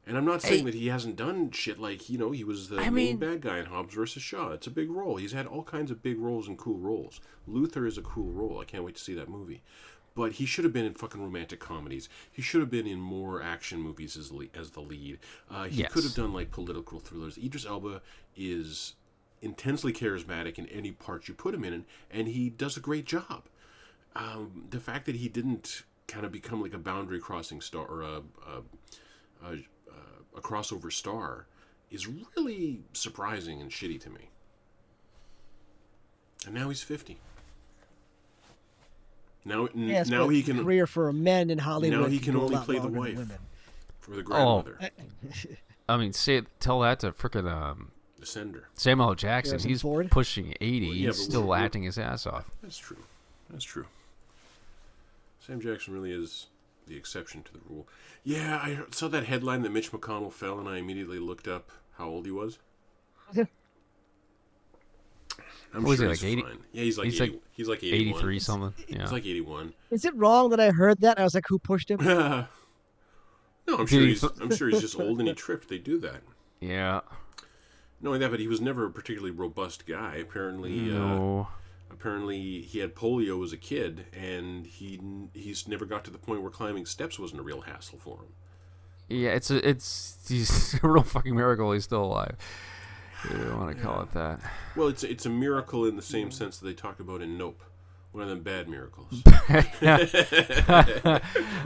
And I'm not saying that he hasn't done shit like, you know, he was the I main mean- bad guy in Hobbs versus Shaw. It's a big role. He's had all kinds of big roles and cool roles. Luther is a cool role. I can't wait to see that movie. But he should have been in fucking romantic comedies. He should have been in more action movies as, le- as the lead. Uh, he could have Yes. done like political thrillers. Idris Elba is intensely charismatic in any part you put him in, and he does a great job um, the fact that he didn't kind of become like a boundary crossing star or a, a, a, a crossover star is really surprising and shitty to me. And now he's 50. Now, n- Yes, now but he can career for men in Hollywood. now he can go a only lot play the longer than wife. Women. for the grandmother, Oh. I mean, say tell that to frickin' um, the sender. Samuel L. Jackson. Harrison He's Ford? pushing eighty. yeah, He's but still we're- we're- acting his ass off. That's true. That's true. Sam Jackson really is the exception to the rule. Yeah, I heard- saw that headline that Mitch McConnell fell, and I immediately looked up how old he was. Yeah. I'm What was sure he, he's like, 80? fine. Yeah, he's like He's 80, like he's like 81. 83 something. Yeah. He's like 81. Is it wrong that I heard that? I was like, who pushed him? no, I'm sure he he's fu- I'm sure he's just old and he tripped. They do that. yeah. Not only that, but he was never a particularly robust guy. Apparently, uh, No. apparently he had polio as a kid, and he n- he's never got to the point where climbing steps wasn't a real hassle for him. Yeah, it's a, it's he's a real fucking miracle he's still alive. You don't want to call it that. Well, it's it's a miracle in the same Mm. sense that they talk about in Nope, one of them bad miracles. Oh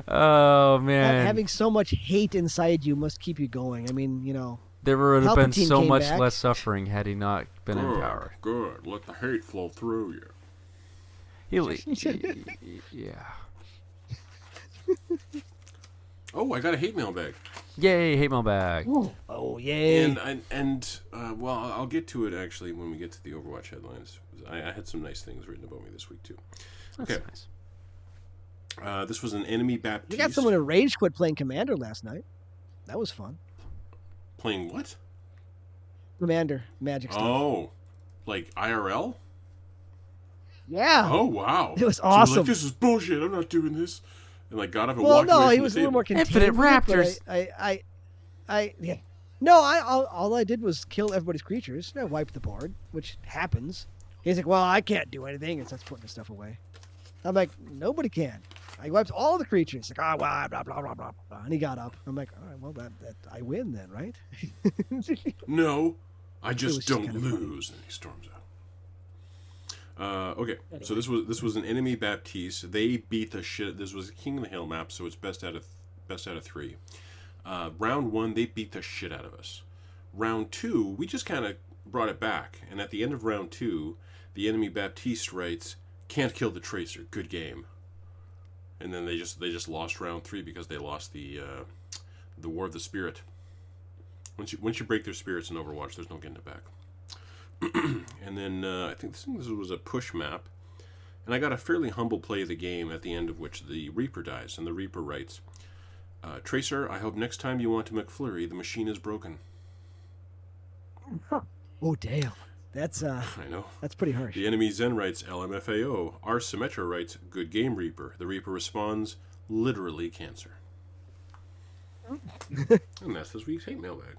Ha- man, Having so much hate inside you must keep you going. I mean, you know, there would have been Palpatine so came much back. less suffering had he not been in good, power. good. Let the hate flow through you. He, le- y- y- yeah. Oh, I got a hate mail back. Yay, hate mail bag. oh yay! And and, and uh, well, I'll get to it actually when we get to the Overwatch headlines. I, I had some nice things written about me this week too. That's Okay. nice. Uh, this was an enemy Baptiste. we got someone who rage quit playing Commander last night. That was fun. playing what? Commander, magic stuff. Oh, like IRL? yeah. Oh wow, It was So like, awesome. this is bullshit. I'm not doing this. And like got up and well, walked no, away he from was a the little table. more contained. Infinite but Raptors. I, I, I, I yeah. No, I all, all I did was kill everybody's creatures. I wiped the board, which happens. He's like, well, I can't do anything, and starts putting the stuff away. I'm like, nobody can. I wiped all the creatures. Like, ah, blah, blah, blah, blah, blah, blah. And he got up. I'm like, all right, well, that, that I win then, right? No, I was just just don't kind of funny. lose. And he storms out. Uh, okay, so this was this was an enemy Baptiste. They beat the shit. This was a King of the Hill map, so it's best out of best out of three. Uh, round one, they beat the shit out of us. Round two, we just kind of brought it back. And at the end of round two, the enemy Baptiste writes, "Can't kill the tracer. Good game." And then they just they just lost round three because they lost the uh, the War of the Spirit. Once you once you break their spirits in Overwatch, there's no getting it back. and then uh, I think this, this was a push map, and I got a fairly humble play of the game at the end of which the Reaper dies, and the Reaper writes, uh, "Tracer, I hope next time you want to McFlurry, the machine is broken." oh, damn. That's uh, I know. that's pretty harsh. The enemy Zen writes LMFAO. Our Symmetra writes Good game, Reaper. The Reaper responds literally cancer. Oh. and that's this week's hate mailbag.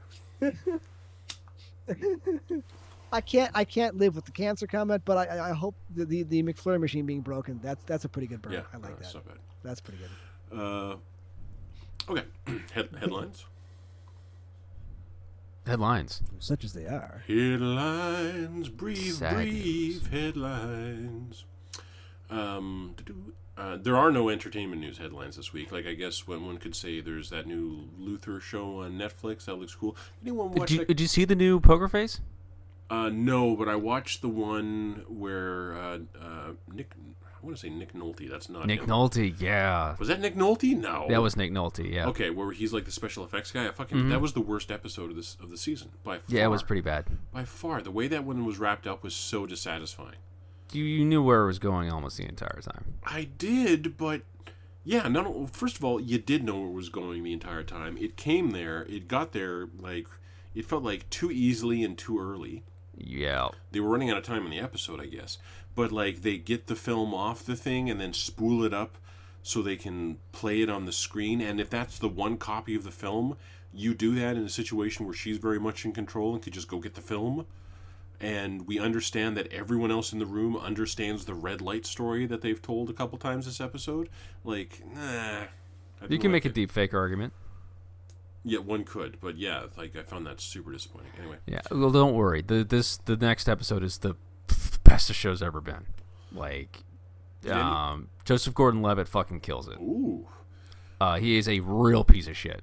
I can't, I can't live with the cancer comment, but I- I, I hope the, the the McFlurry machine being broken. That's that's a pretty good burn. Yeah, I like uh, that. It's not bad. That's pretty good. Uh, okay, Head- headlines. Headlines. Such as they are. Headlines, brief, Sad brief headlines. Um, doo-doo. uh, there are no entertainment news headlines this week. Like I guess when one could say there's that new Luther show on Netflix that looks cool. Anyone watch Did you, that? did you see the new Poker Face? Uh, no, but I watched the one where uh, uh, Nick. I want to say Nick Nolte. That's not Nick him. Nolte. Yeah, Was that Nick Nolte? No, that was Nick Nolte. Yeah. Mm-hmm. okay. Where he's like the special effects guy. I fucking that was the worst episode of this of the season by far. Yeah, it was pretty bad. by far. The way that one was wrapped up was so dissatisfying. You, you knew where it was going almost the entire time. I did, but yeah, no. First of all, you did know where it was going the entire time. It came there. It got there like it felt like too easily and too early. Yeah. they were running out of time in the episode, I guess. But like they get the film off the thing and then spool it up so they can play it on the screen. And if that's the one copy of the film, you do that in a situation where she's very much in control and could just go get the film. And we understand that everyone else in the room understands the red light story that they've told a couple times this episode. Like, nah. I You didn't can like make a it. deep fake argument. Yeah, one could, but yeah, like I found that super disappointing. Anyway. Yeah. Well, don't worry. The this the next episode is the best the show's ever been. Like, any- um, Joseph Gordon-Levitt fucking kills it. Ooh. Uh, he is a real piece of shit.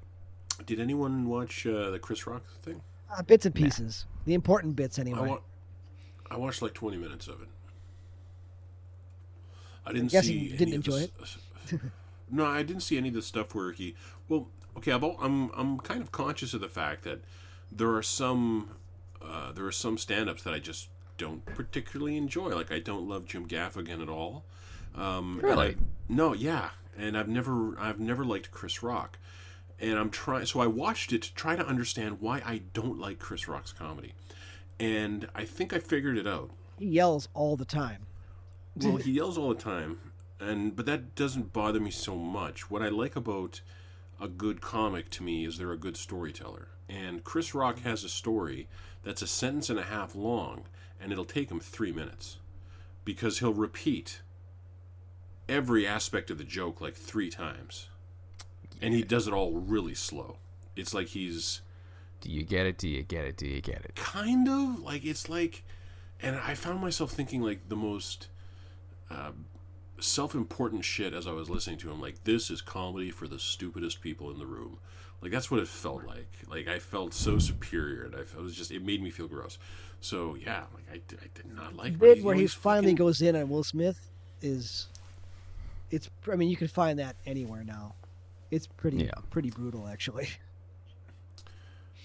Did anyone watch uh, the Chris Rock thing? Uh, bits and pieces. The important bits, I, anyway. wa- I watched like 20 minutes of it. I didn't guessing see. you any didn't of the enjoy s- no, I didn't see any of the stuff where he. Well, okay, I'm al- I'm I'm kind of conscious of the fact that there are some uh, there are some stand-ups that I just don't particularly enjoy. Like I don't love Jim Gaffigan at all. Um, and I- Really? no, yeah, and I've never I've never liked Chris Rock, and I'm trying. So I watched it to try to understand why I don't like Chris Rock's comedy, and I think I figured it out. He yells all the time. Well, he yells all the time, and but that doesn't bother me so much. What I like about a good comic to me is they're a good storyteller. And Chris Rock has a story that's a sentence and a half long, and it'll take him three minutes because he'll repeat every aspect of the joke like three times, and he does it all really slow. It's like he's Do you get it? Do you get it? Do you get it? kind of like it's like and i found myself thinking like the most uh, self-important shit as i was listening to him like this is comedy for the stupidest people in the room like that's what it felt like like i felt so superior and i, f- I was just it made me feel gross so yeah like i, did- I did not like it, but bit he's where he always finally fucking- goes in on Will Smith is it's I mean you can find that anywhere now. It's pretty Yeah. pretty brutal actually.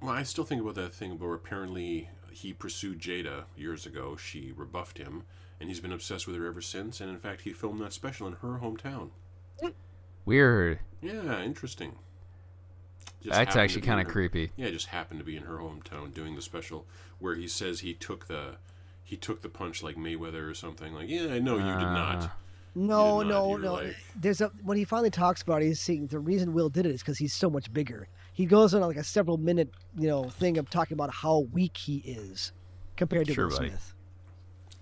well, i still think about that thing where apparently he pursued jada years ago she rebuffed him and he's been obsessed with her ever since and in fact he filmed that special in her hometown Weird. Yeah, interesting. Just happened That's to actually be in kind of her- creepy. Yeah, just happened to be in her hometown doing the special where he says he took the he took the punch like Mayweather or something. Like, yeah, I know you did Ah. not. No, You're not- no, you're no. like- There's a when he finally talks about it, he's seeing the reason Will did it is because he's so much bigger. He goes on like a several minute, you know, thing of talking about how weak he is compared to Sure, Will buddy. Smith.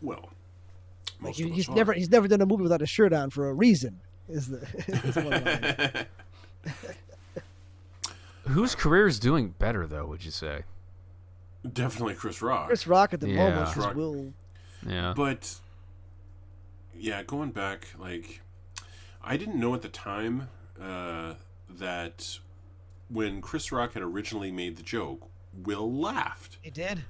Well, Like most he, of he's us never are. he's never done a movie without a shirt on for a reason. Is the is one line. Whose career is doing better though? Would you say? Definitely Chris Rock. Chris Rock at the Yeah. moment Chris because Rock. Will Yeah. But yeah, going back, like I didn't know at the time uh, that when Chris Rock had originally made the joke, Will laughed. he did.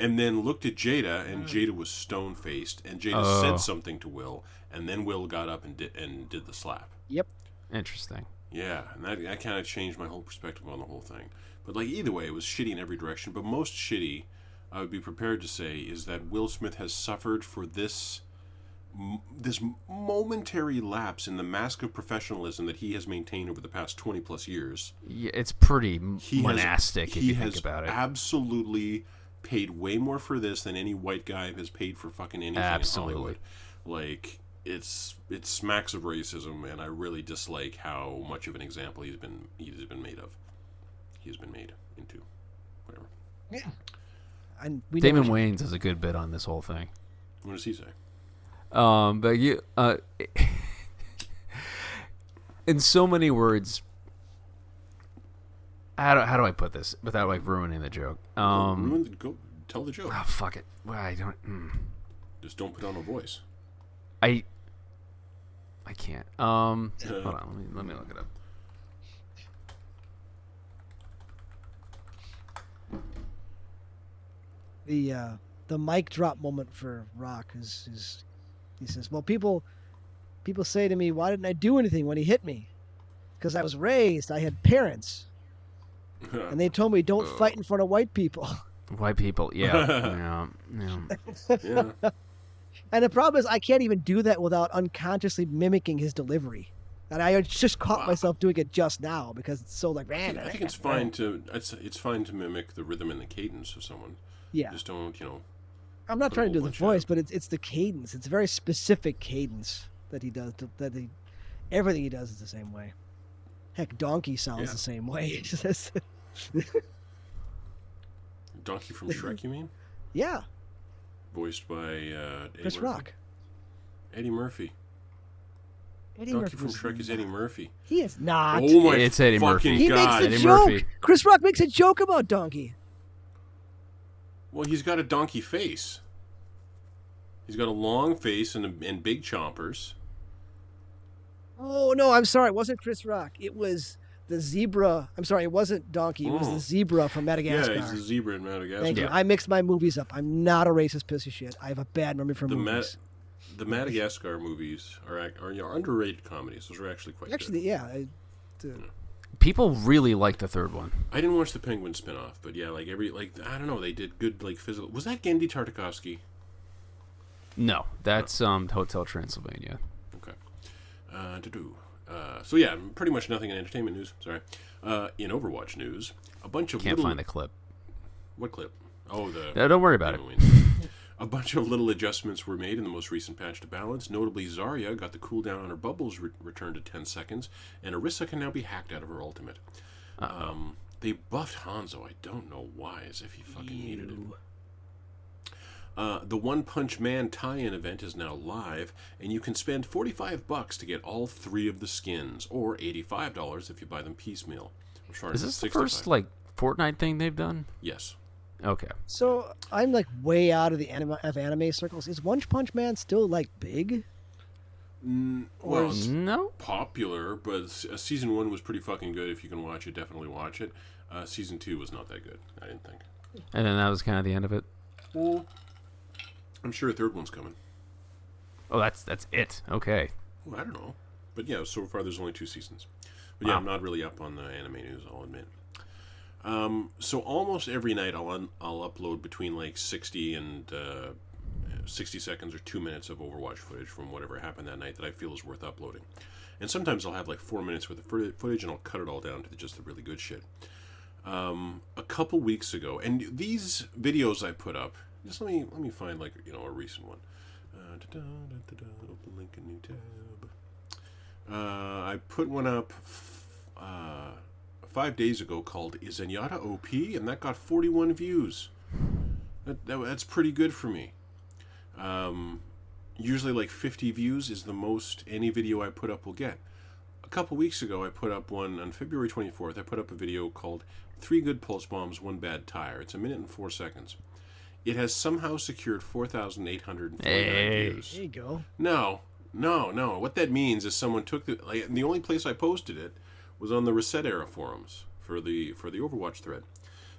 and then looked at Jada, and Jada was stone faced, and Jada Oh. said something to Will, and then Will got up and did and did the slap. Yep. Interesting. Yeah, and that, that kind of changed my whole perspective on the whole thing. But like either way, it was shitty in every direction. But most shitty, I would be prepared to say, is that Will Smith has suffered for this m- this momentary lapse in the mask of professionalism that he has maintained over the past 20 plus years Yeah, it's pretty m he has- monastic if he you think has about it. Absolutely paid way more for this than any white guy has paid for fucking anything Absolutely. in Hollywood. Like it's it smacks of racism and I really dislike how much of an example he's been he's been made of. He's been made into whatever. And we know Damon what- Wayans does a good bit on this whole thing. What does he say? Um, but you, uh, in so many words, how do, how do I put this without like ruining the joke? Um, Ruin the, go tell the joke. oh, fuck it. Well, I don't. Mm, Just don't put on a voice. I I can't. Um, hold on. Let me let me look it up. the uh, the mic drop moment for Rock is, is he says, "Well, people people say to me, why didn't I do anything when he hit me? Because I was raised, I had parents, and they told me don't Oh. fight in front of white people." White people. Yeah. yeah, yeah. yeah. And the problem is, I can't even do that without unconsciously mimicking his delivery. And I just caught myself doing it just now because it's so like, man, I think it's fine to it's, it's fine to mimic the rhythm and the cadence of someone. yeah. Just don't, you know, I'm not put a trying to do whole the bunch voice, out. but it's it's the cadence. It's a very specific cadence that he does. That he, everything he does is the same way. Heck, Donkey sounds Yeah. the same way. It's just- Donkey from Shrek, you mean? yeah, Voiced by uh, Eddie Chris Murphy. Rock. Eddie Murphy. Eddie Donkey Murphy from was Shrek is not- Eddie Murphy. He is not. Oh my It's Eddie fucking Murphy. he god! makes a Eddie joke. Murphy. Chris Rock makes a joke about Donkey. well, he's got a donkey face. He's got a long face and a, and big chompers. Oh no, I'm sorry. It wasn't Chris Rock. It was the zebra. I'm sorry. It wasn't Donkey. It was Oh. the zebra from Madagascar. Yeah, he's a zebra in Madagascar. Thank you. Yeah. I mixed my movies up. I'm not a racist piece of shit. I have a bad memory for The Ma- movies. the Madagascar movies are ac- are, are underrated comedies. Those are actually quite Actually, yeah. I, Hmm. People really like the third one. good. I didn't watch the Penguin spinoff, but yeah, like every like I don't know, they did good like physical. Was that Gendy Tartakovsky? No, that's um Hotel Transylvania. Okay. Uh, to-do. Uh, so yeah, pretty much nothing in entertainment news. Sorry. Uh, in Overwatch news, a bunch of Can't little... find the clip. What clip? Oh, the No, don't worry about it. Halloween. A bunch of little adjustments were made in the most recent patch to balance. Notably, Zarya got the cooldown on her bubbles re- returned to 10 seconds, and Orisa can now be hacked out of her ultimate. Um, they buffed Hanzo. I don't know why, as if he fucking needed it. Uh, the One Punch Man tie-in event is now live, and you can spend 45 bucks to get all three of the skins, or $85 if you buy them piecemeal. I'm sorry, Is this the 65. first like Fortnite thing they've done? Yes. Okay. So I'm like way out of the anime of anime circles. Is One Punch Man still like big? Well, it's- No. popular, but s- uh, season one was pretty fucking good. If you can watch it, definitely watch it. Uh, season two was not that good. I didn't think. And then that was kind of the end of it. Well, I'm sure a third one's coming. Oh, that's that's it. Okay. Well, I don't know, but yeah, so far there's only two seasons. But yeah, I'm not really up on the anime news. I'll admit. Um, so almost every night I'll un- I'll upload between like 60 and uh, 60 seconds or two minutes of Overwatch footage from whatever happened that night that I feel is worth uploading. And sometimes I'll have like four minutes worth of footage- footage and I'll cut it all down to just the really good shit. Um, a couple weeks ago, and these videos I put up, just let me let me find like you know a recent one. Uh, da-da, da-da-da, open link a new tab. Uh, I put one up f- uh, five days ago called "Is Zenyatta OP?" and that got 41 views. That, that that's pretty good for me. Um, usually, like 50 views is the most any video I put up will get. A couple weeks ago, I put up one on February 24th. I put up a video called Three Good Pulse Bombs, One Bad Tire. It's a minute and four seconds. It has somehow secured 4,849 Hey. views. There you go. No, no, no. What that means is someone took the like, and the only place I posted it was on the Reset Era forums for the for the Overwatch thread.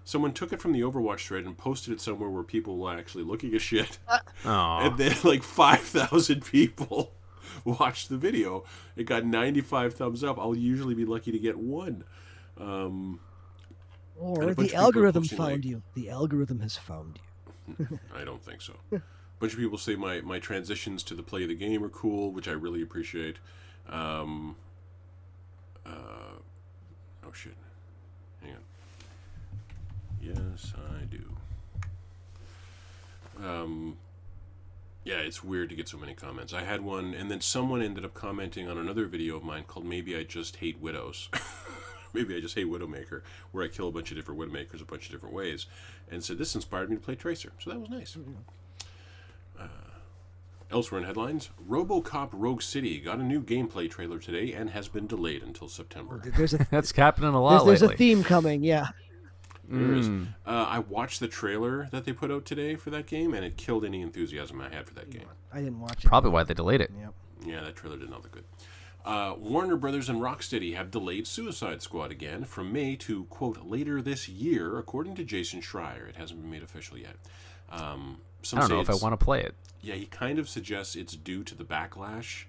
Someone took it from the Overwatch thread and posted it somewhere where people were actually looking at shit, Oh. and then like five thousand people watched the video. It got ninety five thumbs up. I'll usually be lucky to get one. Um, Or bunch of the people are algorithm posting, found like- you. The algorithm has found you. I don't think so. A bunch of people say my, my transitions to the play of the game are cool, which I really appreciate. Um, uh, oh shit, hang on. Yes, I do. Um, yeah, it's weird to get so many comments. I had one, and then someone ended up commenting on another video of mine called "Maybe I Just Hate Widows." Maybe I just hate Widowmaker, where I kill a bunch of different Widowmakers a bunch of different ways, and said this inspired me to play Tracer. So that was nice. Uh, Elsewhere in headlines, RoboCop Rogue City got a new gameplay trailer today and has been delayed until September. There's a That's happening a there's, lot there's a lately. theme coming. Yeah. There is. Uh, I watched the trailer that they put out today for that game, and it killed any enthusiasm I had for that game. I didn't watch it. Probably why they delayed it. Yep. Yeah, that trailer did not look good. Uh, Warner Brothers and Rocksteady have delayed Suicide Squad again from May to, quote, later this year, according to Jason Schreier. It hasn't been made official yet. Um, some I don't say know if I it's- want to play it. Yeah, he kind of suggests it's due to the backlash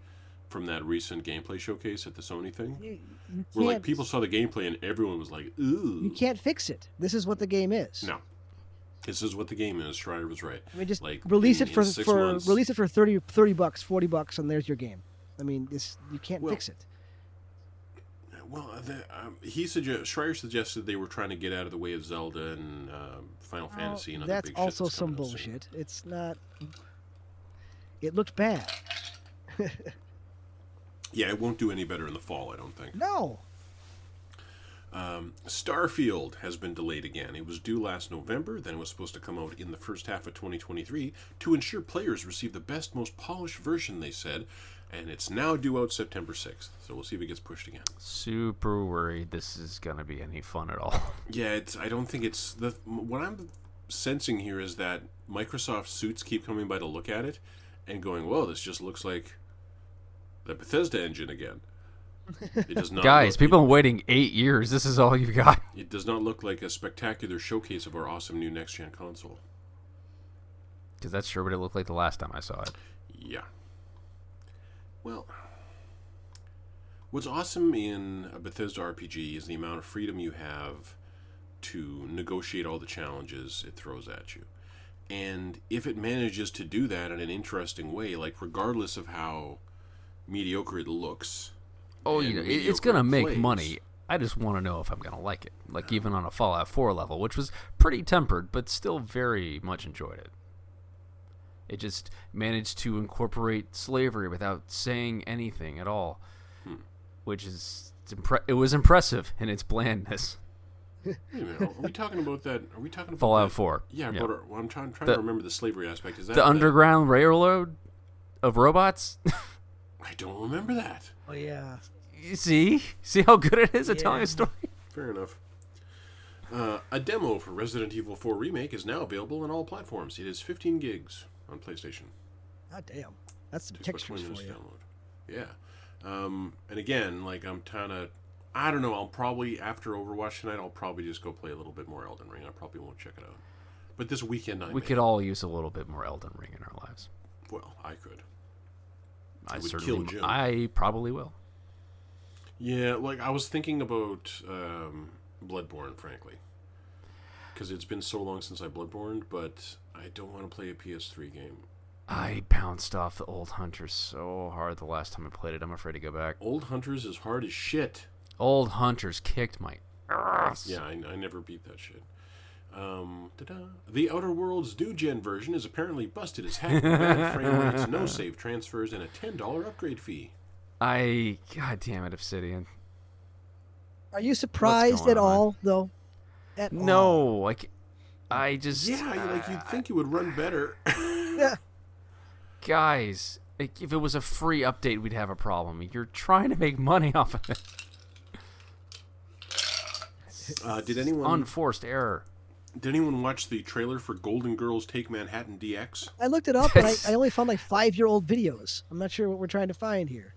from that recent gameplay showcase at the Sony thing. You, you Where, like, can't- people saw the gameplay and everyone was like, ooh. You can't fix it. This is what the game is. No. This is what the game is. Schreier was right. I mean, just Like, release in- it for, in six for months- release it for 30, 30 bucks, forty bucks, and there's your game. I mean, this you can't Well, fix it. Well, the, um, he suggest Schreier suggested they were trying to get out of the way of Zelda and um, Final Fantasy and other Oh, that's big shit also that's some coming out soon. bullshit. It's not. It looked bad. Yeah, it won't do any better in the fall, I don't think. No. Um, Starfield has been delayed again. It was due last November, then it was supposed to come out in the first half of 2023 to ensure players receive the best, most polished version. They said, and it's now due out September 6th. So we'll see if it gets pushed again. Super worried this is gonna be any fun at all. Yeah, it's. I don't think it's the. What I'm sensing here is that Microsoft suits keep coming by to look at it, and going, "Whoa, this just looks like the Bethesda engine again." It does not. Guys, look- people have been waiting eight years. This is all you've got. It, does not look like a spectacular showcase of our awesome new next gen console. Because that's sure what it looked like the last time I saw it. Yeah. Well, what's awesome in a Bethesda RPG is the amount of freedom you have to negotiate all the challenges it throws at you. And if it manages to do that in an interesting way, like regardless of how mediocre it looks. Oh, and you know, it- mediocre it's gonna it make plays. money. I just want to know if I'm gonna like it. Like even on a Fallout 4 level, which was pretty tempered, but still very much enjoyed it. It just managed to incorporate slavery without saying anything at all, Hmm. which is it's impre- it was impressive in its blandness. Wait a minute, are we talking about that? Are we talking about Fallout that- 4. Yeah, Yeah. but are- well, I'm trying, trying The- to remember the slavery aspect. Is that The Underground Railroad of robots. I don't remember that. Oh yeah. You See, see how good it is at telling Yeah. a story. Fair enough. Uh, a demo for Resident Evil 4 Remake is now available on all platforms. It is 15 gigs on PlayStation. God damn. That's some Takes about textures 20 minutes for to you. Download. Yeah. Um, and again, like I'm kind of, I don't know. I'll probably after Overwatch tonight, I'll probably just go play a little bit more Elden Ring. I probably won't check it out. But this weekend, I We may. could all use a little bit more Elden Ring in our lives. Well, I could. I would certainly, kill m- Jim. I probably will. Yeah, like I was thinking about um, Bloodborne, frankly, because it's been so long since I Bloodborne, but I don't want to play a PS3 game. I bounced off the old hunter so hard the last time I played it. I'm afraid to go back. Old Hunters is hard as shit. Old hunters kicked my ass. Yeah, I, I never beat that shit. Um, ta-da. The Outer Worlds new gen version is apparently busted as heck. with Bad frame rates, no save transfers, and a ten dollar upgrade fee. I god damn it, Obsidian. Are you surprised going at on? all though? At all? No, like I just Yeah, you- like uh, you'd think it would run better. Yeah. guys. Like, if it was a free update, we'd have a problem. You're trying to make money off of it. Uh, did anyone Unforced error. did anyone watch the trailer for Golden Girls Take Manhattan DX? I looked it up, but I, I only found like five-year-old videos. I'm not sure what we're trying to find here.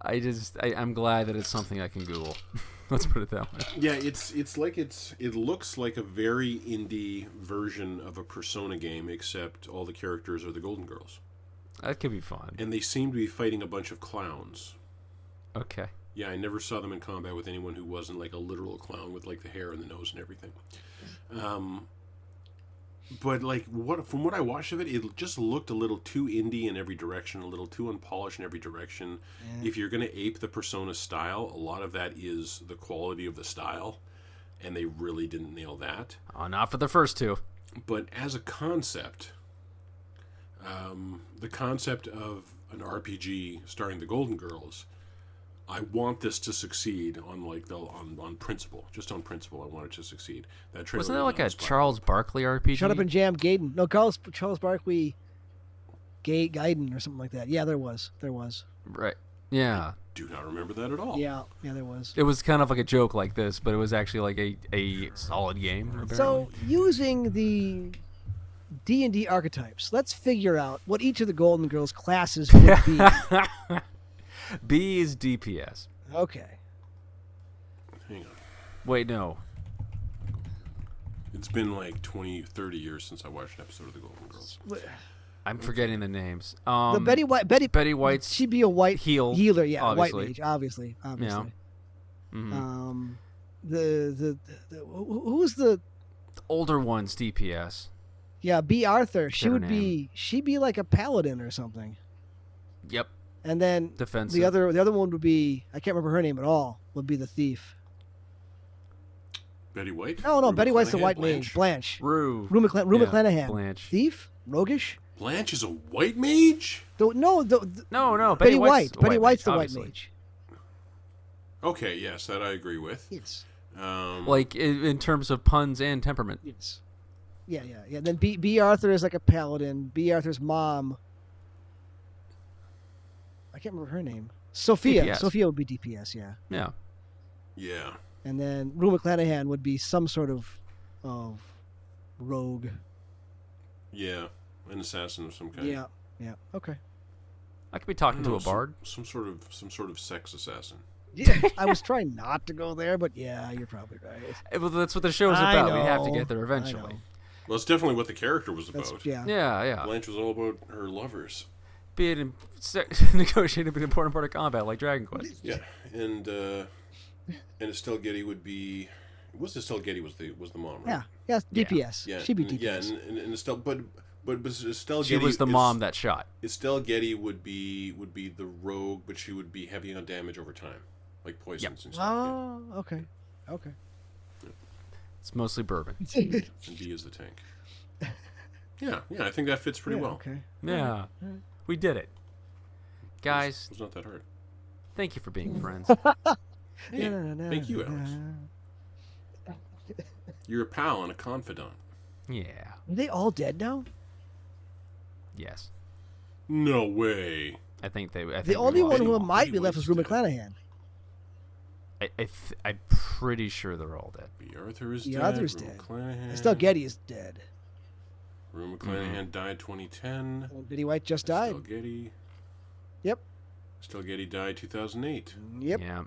I just I, I'm glad that it's something I can Google. Let's put it that way. Yeah, it's it's like it's it looks like a very indie version of a Persona game, except all the characters are the Golden Girls, That could be fun. and they seem to be fighting a bunch of clowns. Okay. Yeah, I never saw them in combat with anyone who wasn't like a literal clown with like the hair and the nose and everything. Um, but like what from what I watched of it, it just looked a little too indie in every direction, a little too unpolished in every direction. If you're gonna ape the persona style, a lot of that is the quality of the style, and they really didn't nail that Oh, not for the first two. but as a concept, um, the concept of an RPG starring the Golden Girls, I want this to succeed on like the on, on principle, just on principle. I want it to succeed. That trailer Wasn't there was like a inspired. Charles Barkley RPG? Shut up and jam, Gaiden. No, Charles Charles Barkley, Gay Gaiden or something like that. Yeah, there was, there was. Right. Yeah. Do not remember that at all. Yeah, yeah, there was. It was kind of like a joke like this, but it was actually like a, a solid game. Apparently. So, using the D and D archetypes, let's figure out what each of the Golden Girls classes would be. B is DPS. okay, Hang on. Wait, no. It's been like 20, 30 years since I watched an episode of the Golden Girls. I'm forgetting the names. Um, the Betty White, Betty, Betty White's. she'd be a white heel, healer, yeah, obviously. white mage, obviously, obviously. Mhm. Um, the, the, the who who was the older ones DPS. yeah B Arthur? She Their would name. be she'd be like a paladin or something. Yep. And then Defensive. the other the other one would be I can't remember her name at all. Would be the thief. Betty White? No, no, Rue Betty White's the McClanahan? white mage. Blanche. Blanche. Rue. Rue, McClan- Rue Yeah, McClanahan. Blanche. Thief. Roguish. Blanche is a white mage? The, no, the, the- No, no. Betty, Betty, White's White. the Betty white White's mage, the obviously. white mage. Okay, yes, that I agree with. Yes. Um, Like in, in terms of puns and temperament. Yes. Yeah, yeah, yeah. Then B B Arthur is like a paladin. B Arthur's mom. I can't remember her name. Sophia. DPS. Sophia would be DPS, yeah. Yeah. yeah. And then Rue McClanahan would be some sort of of rogue. Yeah. An assassin of some kind. Yeah. Yeah. Okay. I could be talking to No, a some- bard. Some, sort of some sort of sex assassin. Yeah, I was trying not to go there, but yeah, you're probably right. Eh, Well, that's what the show's I about. We have to know, get there I eventually. know. Well, that's definitely what the character was That's about. yeah. Yeah, yeah. Blanche was all about her lovers. Be it in, se- negotiating an important part of combat, like Dragon Quest. Yeah, and uh, and Estelle Getty would be. Was Estelle Getty was the was the mom? Right? Yeah. Yes, Yeah. DPS. yeah. She'd be and- DPS. Yeah, and, and, and Estelle, but But, but Estelle She Getty was the is- mom that shot. Estelle Getty would be would be the rogue, but she would be heavy on damage over time, like poisons and stuff. yeah. Oh, okay, okay. It's mostly bourbon. And D is the tank. Yeah, yeah, I think that fits pretty Yeah, well. Okay. Yeah. We did it. Guys, It was not that hard. thank you for being friends. Hey, No, no, no, thank you, no, Alex. no. You're a pal and a confidant. Yeah. Are they all dead now? Yes. No way. I think they. I think we The only lost one who them all. might be left was Anyways, Rue dead. McClanahan. I, I th- I'm pretty sure they're all dead. B. Arthur is B. dead. Arthur's Rue dead. McClanahan. Estelle Getty is dead. Rue McClanahan died 2010. And Betty White just Mm-hmm. died. Estelle Getty. Yep. Estelle Getty died 2008. Yep. Yeah.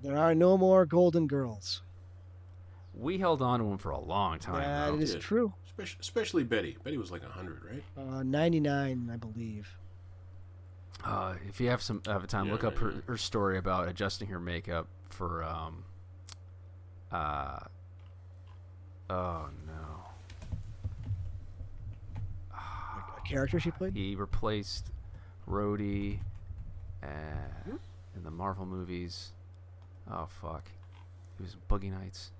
There are no more Golden Girls. We held on to him for a long time. That though. is Yeah. true. Especially, especially Betty. Betty was like 100, right? Uh, 99, I believe. Uh, if you have some have a time, look Yeah, up her, yeah. her story about adjusting her makeup for um. Uh. Oh no. A character she played. He replaced Rhodey uh, Hmm? in the Marvel movies. Oh fuck. He was in Boogie Nights.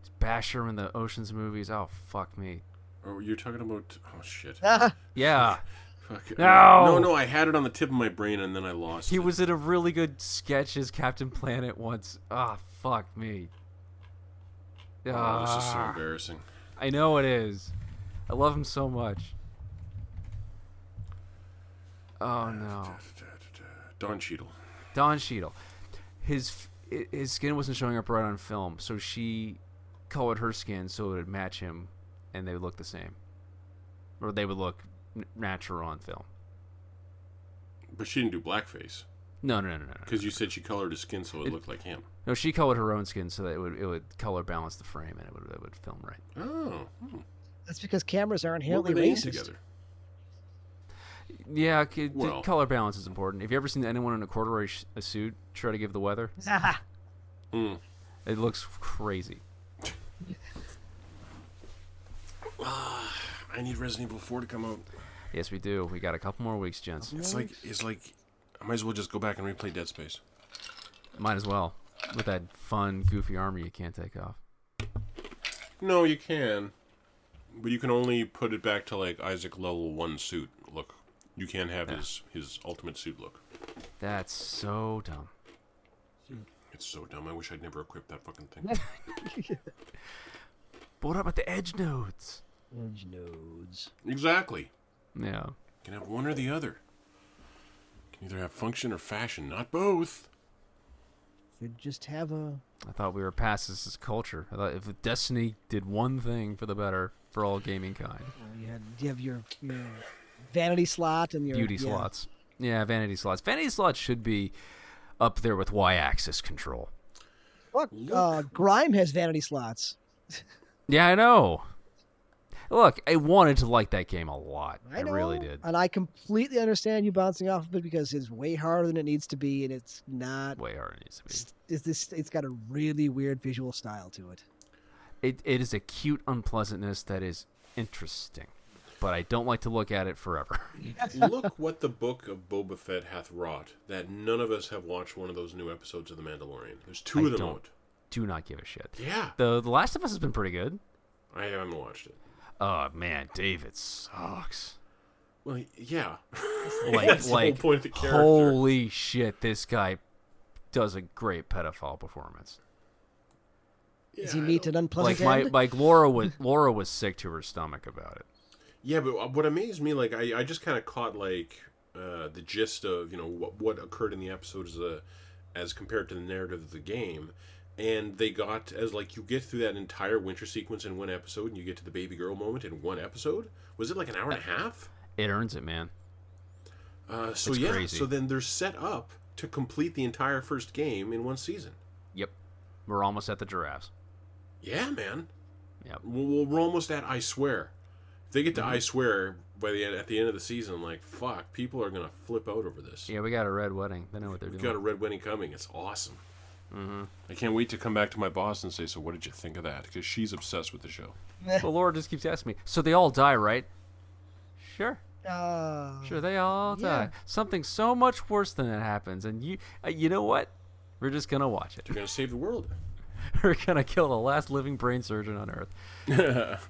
He's Basher in the Oceans movies. Oh fuck me. Or you're talking about. Oh, shit. Ah, Yeah. Fuck. No! No, no, I had it on the tip of my brain and then I lost He it. was in a really good sketch as Captain Planet once. Ah, fuck me. Oh, this is so Ah, embarrassing. I know it is. I love him so much. Oh no, Don Cheadle. Don Cheadle. His f- i- his skin wasn't showing up right on film, so she colored her skin so it would match him, and they would look the same, or they would look n- natural on film. But she didn't do blackface No, no, no, no, no. because you said she colored his skin so it looked like him. No, she colored her own skin so that it would it would color balance the frame and it would it would film right. Oh, hmm. that's because cameras are what inherently were they in racist. together? Yeah, c- d- Well- color balance is important. Have you ever seen anyone in a corduroy sh- a suit try to give the weather? Ah, Hmm. It looks crazy. I need Resident Evil 4 to come out. Yes, we do. We got a couple more weeks, gents. It's like it's like I might as well just go back and replay Dead Space. Might as well with that fun, goofy armor you can't take off. No, you can, but you can only put it back to like Isaac level one suit look. You can't have his his ultimate suit look. That's so dumb. It's so dumb. I wish I'd never equipped that fucking thing. But what about the edge nodes? Orange nodes. exactly. Yeah. You can have one or the other. You can either have function or fashion, not both. Should just have a. I thought we were past this as culture. I thought if Destiny did one thing for the better for all gaming kind, You had you have your your vanity slot and your beauty yeah. slots. Yeah, vanity slots. Vanity slots should be up there with y-axis control. Fuck, Look. uh, Grime has vanity slots. Yeah, I know. Look, I wanted to like that game a lot. I, know, Uh, really did. and I completely understand you bouncing off of it because it's way harder than it needs to be, and it's not. Way harder than it needs to be. It's, it's this. It's got a really weird visual style to it. It, it is a cute unpleasantness that is interesting, but I don't like to look at it forever. Look what the book of Boba Fett hath wrought, that none of us have watched one of those new episodes of The Mandalorian. There's two I of them don't. out. Do not give a shit. Yeah. The The Last of Us has been pretty good. I haven't watched it. Oh man, David sucks. Well, yeah. Like That's the whole like point of the character. holy shit, this guy does a great pedophile performance. Does Yeah, he I meet don't- an unpleasant Like my end? like Laura was Laura was sick to her stomach about it. Yeah, but uh, what amazed me, like, I, I just kind of caught, like, uh, the gist of, you know, what, what occurred in the episode as, a, as compared to the narrative of the game. And they got, as, like, you get through that entire winter sequence in one episode, and you get to the baby girl moment in one episode. Was it, like, an hour and a half? It earns it, man. Uh, so It's yeah, crazy. so then they're set up to complete the entire first game in one season. Yep. We're almost at the giraffes. Yeah, man. Yep. Mm-hmm. Well, well, we're almost at I swear. If they get to I swear by the end, at the end of the season, like fuck, people are gonna flip out over this. Yeah, we got a red wedding. They Mm-hmm. know what they're We doing. got a red wedding coming. It's awesome. I can't wait to come back to my boss and say, "So, what did you think of that?" Because she's obsessed with the show. The Lord just keeps asking me. So they all die, right? Sure. Uh, Sure, they all Yeah. die. Something so much worse than that happens, and you, uh, you know what? We're just gonna watch it. You're gonna save the world. We're gonna kill the last living brain surgeon on Earth,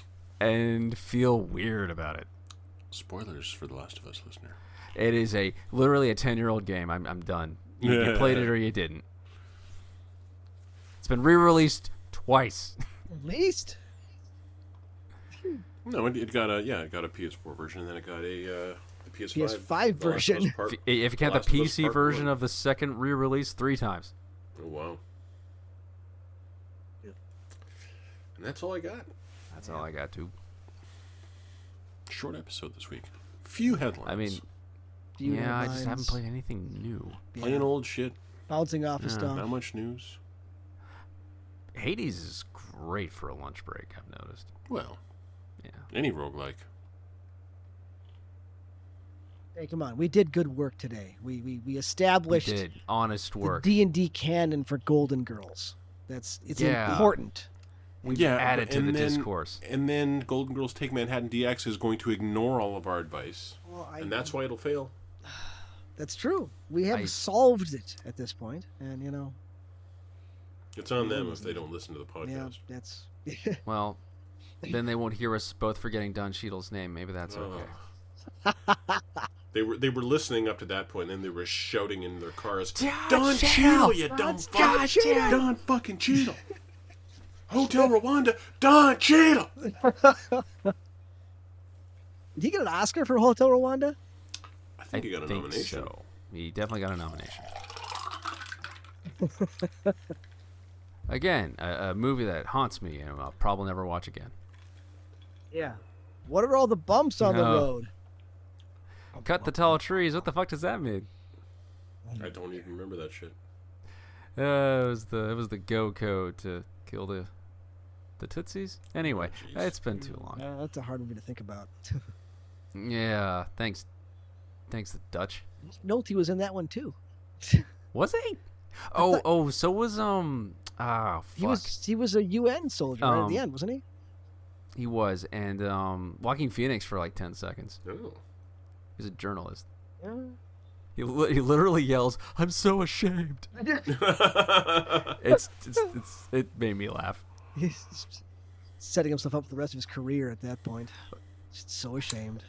and feel weird about it. Spoilers for The Last of Us, listener. It is a literally a ten-year-old game. I'm, I'm done. You, you played it or you didn't. It's been re-released twice. at least. No, it, it got a yeah, it got a PS4 version, and then it got a uh, the PS5, PS5 The Last of Us version. Part- If- If you count the Last of Us PC Part version One. of the second re-release, three times. Oh, wow. And that's all I got. That's all I got to. Short episode this week. Few headlines. I mean, Few yeah, I just headlines, haven't played anything new. plain old shit. Bouncing off of stuff. Not much news. Hades is great for a lunch break. I've noticed. Well, Yeah. any roguelike. Hey, come on. We did good work today. We we, we established did honest the work. D and D canon for Golden Girls. That's it's Yeah. important. We've Yeah, added to and the then- discourse. And then Golden Girls Take Manhattan DX is going to ignore all of our advice, Well, I, and that's why it'll fail. that's true. We have I- solved it at this point, and you know, It's on them if they don't listen to the Mm. yeah, podcast. that's Well, then they won't hear us both forgetting Don Cheadle's name. Maybe Oh, that's okay. They were they were listening up to that point, and then they were shouting in their cars, Don "Don Cheadle, Cheadle! you dumb fuck! Cheadle!" Don fucking Cheadle! Hotel Rwanda, Don Cheadle!" did he get an Oscar for Hotel Rwanda? I think he got a nomination. so. He definitely got a nomination. Again, a, a movie that haunts me and I'll probably never watch again. Yeah. What are all the bumps on the No. road? Cut the tall trees. What the fuck does that mean? I don't even remember that shit. Uh, it was the it was the go code to kill the the tootsies. Anyway, Oh, Jeez. it's been too long. Uh, that's a hard movie to think about. Yeah, thanks, thanks the Dutch. Nolte was in that one too. Was he? Oh, oh, so was um. Ah, fuck. He was he was a UN soldier right at the Um, end, wasn't he? He was, and um, Walking Phoenix for like ten seconds. Oh. He's a journalist. Yeah. He, li- he literally yells, "I'm so ashamed." It's, it's it's it made me laugh. He's setting himself up for the rest of his career at that point. Just so ashamed.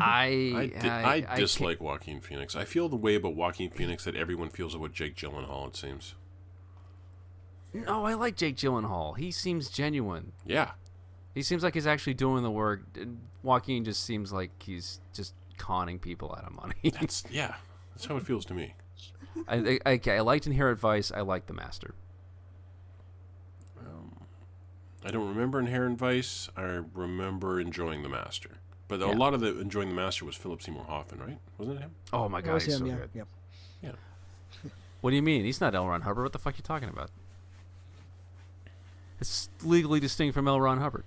I I, di- I, I, I dislike Joaquin Phoenix. I feel the way about Joaquin Phoenix that everyone feels about Jake Gyllenhaal. It seems. can't- No, I like Jake Gyllenhaal. He seems genuine. Yeah, He seems like he's actually doing the work. and Joaquin just seems like he's just conning people out of money. that's yeah. That's how it feels to me. I, I, okay, I liked Inherent Vice. I liked The Master. I don't remember Inherent Vice. I remember enjoying The Master, but a lot of the enjoying The Master was Philip Seymour Hoffman, right? Wasn't it him? Oh my That god, was he's him, so yeah. good. Yep. Yeah. What do you mean? He's not L. Ron Hubbard. What the fuck are you talking about? It's legally distinct from L. Ron Hubbard.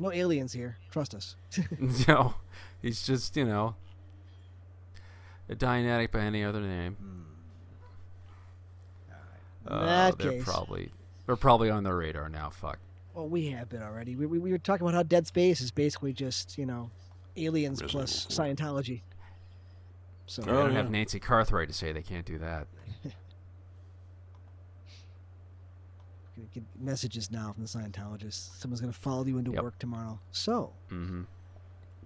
No aliens here. Trust us. no, he's just, you know, a dying addict by any other name. Uh, that they're case- probably they're probably on the radar now. Fuck. Well, we have been already. We, we, we were talking about how Dead Space is basically just, you know, aliens Resident plus Evil Scientology. So I Oh, don't have yeah. Nancy Cartwright to say they can't do that. we get messages now from the Scientologists. Someone's going to follow you into Yep. work tomorrow. So, hmm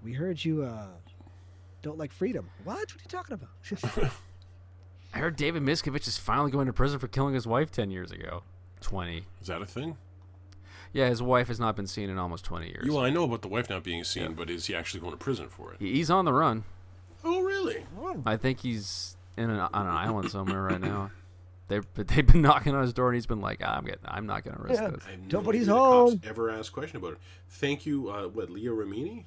we heard you uh, don't like freedom. What? What are you talking about? I heard David Miskovich is finally going to prison for killing his wife ten years ago. Twenty. Is that a thing? Yeah, his wife has not been seen in almost twenty years. Well, I know about the wife not being seen, but is he actually going to prison for it? He- He's on the run. Oh, really? Oh, I think he's in an, on an island somewhere right now. They but they've been knocking on his door and he's been like, I'm getting, I'm not gonna risk Yeah. this. I have Nobody's idea the cops home. Ever asked question about it? Thank you. Uh, what Leah Ramini?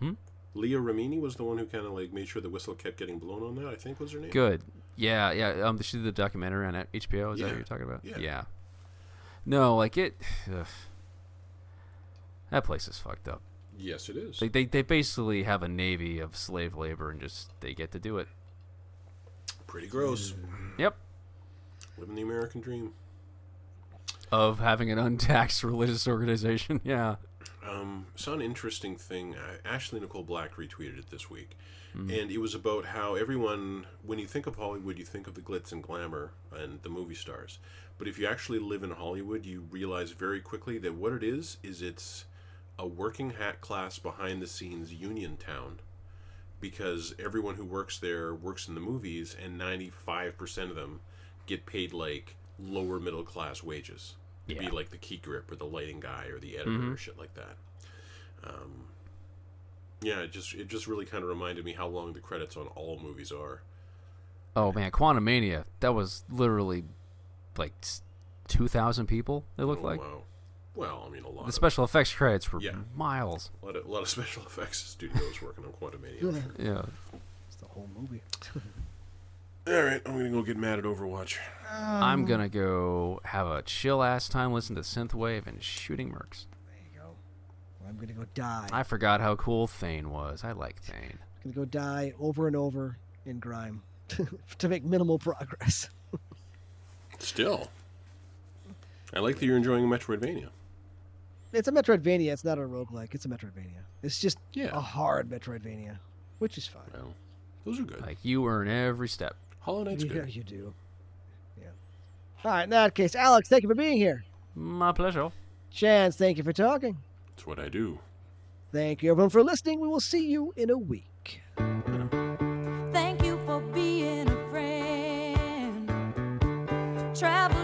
Hmm? Leah Ramini was the one who kind of like made sure the whistle kept getting blown on that. I think was her name. Good. Yeah, yeah. Um, she did the documentary on HBO. Is that Yeah. what you're talking about? Yeah. No, like it. Ugh. That place is fucked up. Yes, it is. They, they they basically have a navy of slave labor and just they get to do it. Pretty gross. Yep. Living the American dream. Of having an untaxed religious organization. Yeah. Um, saw an interesting thing. Uh, Ashley Nicole Black retweeted it this week, and it was about how everyone, when you think of Hollywood, you think of the glitz and glamour and the movie stars. But if you actually live in Hollywood, you realize very quickly that what it is is it's a working hat class behind the scenes union town, because everyone who works there works in the movies, and ninety five percent of them get paid like lower middle class wages to be Yeah. like the key grip or the lighting guy or the editor or shit like that. Um, yeah, it just it just really kind of reminded me how long the credits on all movies are. Oh man, Quantum Mania. That was literally like two thousand people. It looked Oh, like wow. Well, I mean, a lot, the of, special effects credits were Yeah. miles. lot of, lot of special effects studios working on Quantumania. I'm sure. Yeah. It's the whole movie. All right, I'm gonna go get mad at Overwatch. Um, I'm gonna go have a chill ass time, listen to synthwave and shooting mercs. There you go. I'm gonna go die. I forgot how cool Thane was. I like Thane. I'm gonna go die over and over in grime to make minimal progress. Still, I like that you're enjoying Metroidvania. It's a Metroidvania. It's not a roguelike. It's a Metroidvania. It's just Yeah. a hard Metroidvania, which is fine. Well, those are good. Like you earn every step. Hollow Knight's yeah, good. you do. Yeah. All right. In that case, Alex, thank you for being here. My pleasure. Chance, thank you for talking. It's what I do. Thank you, everyone, for listening. We will see you in a week. Thank you for being a friend. Travel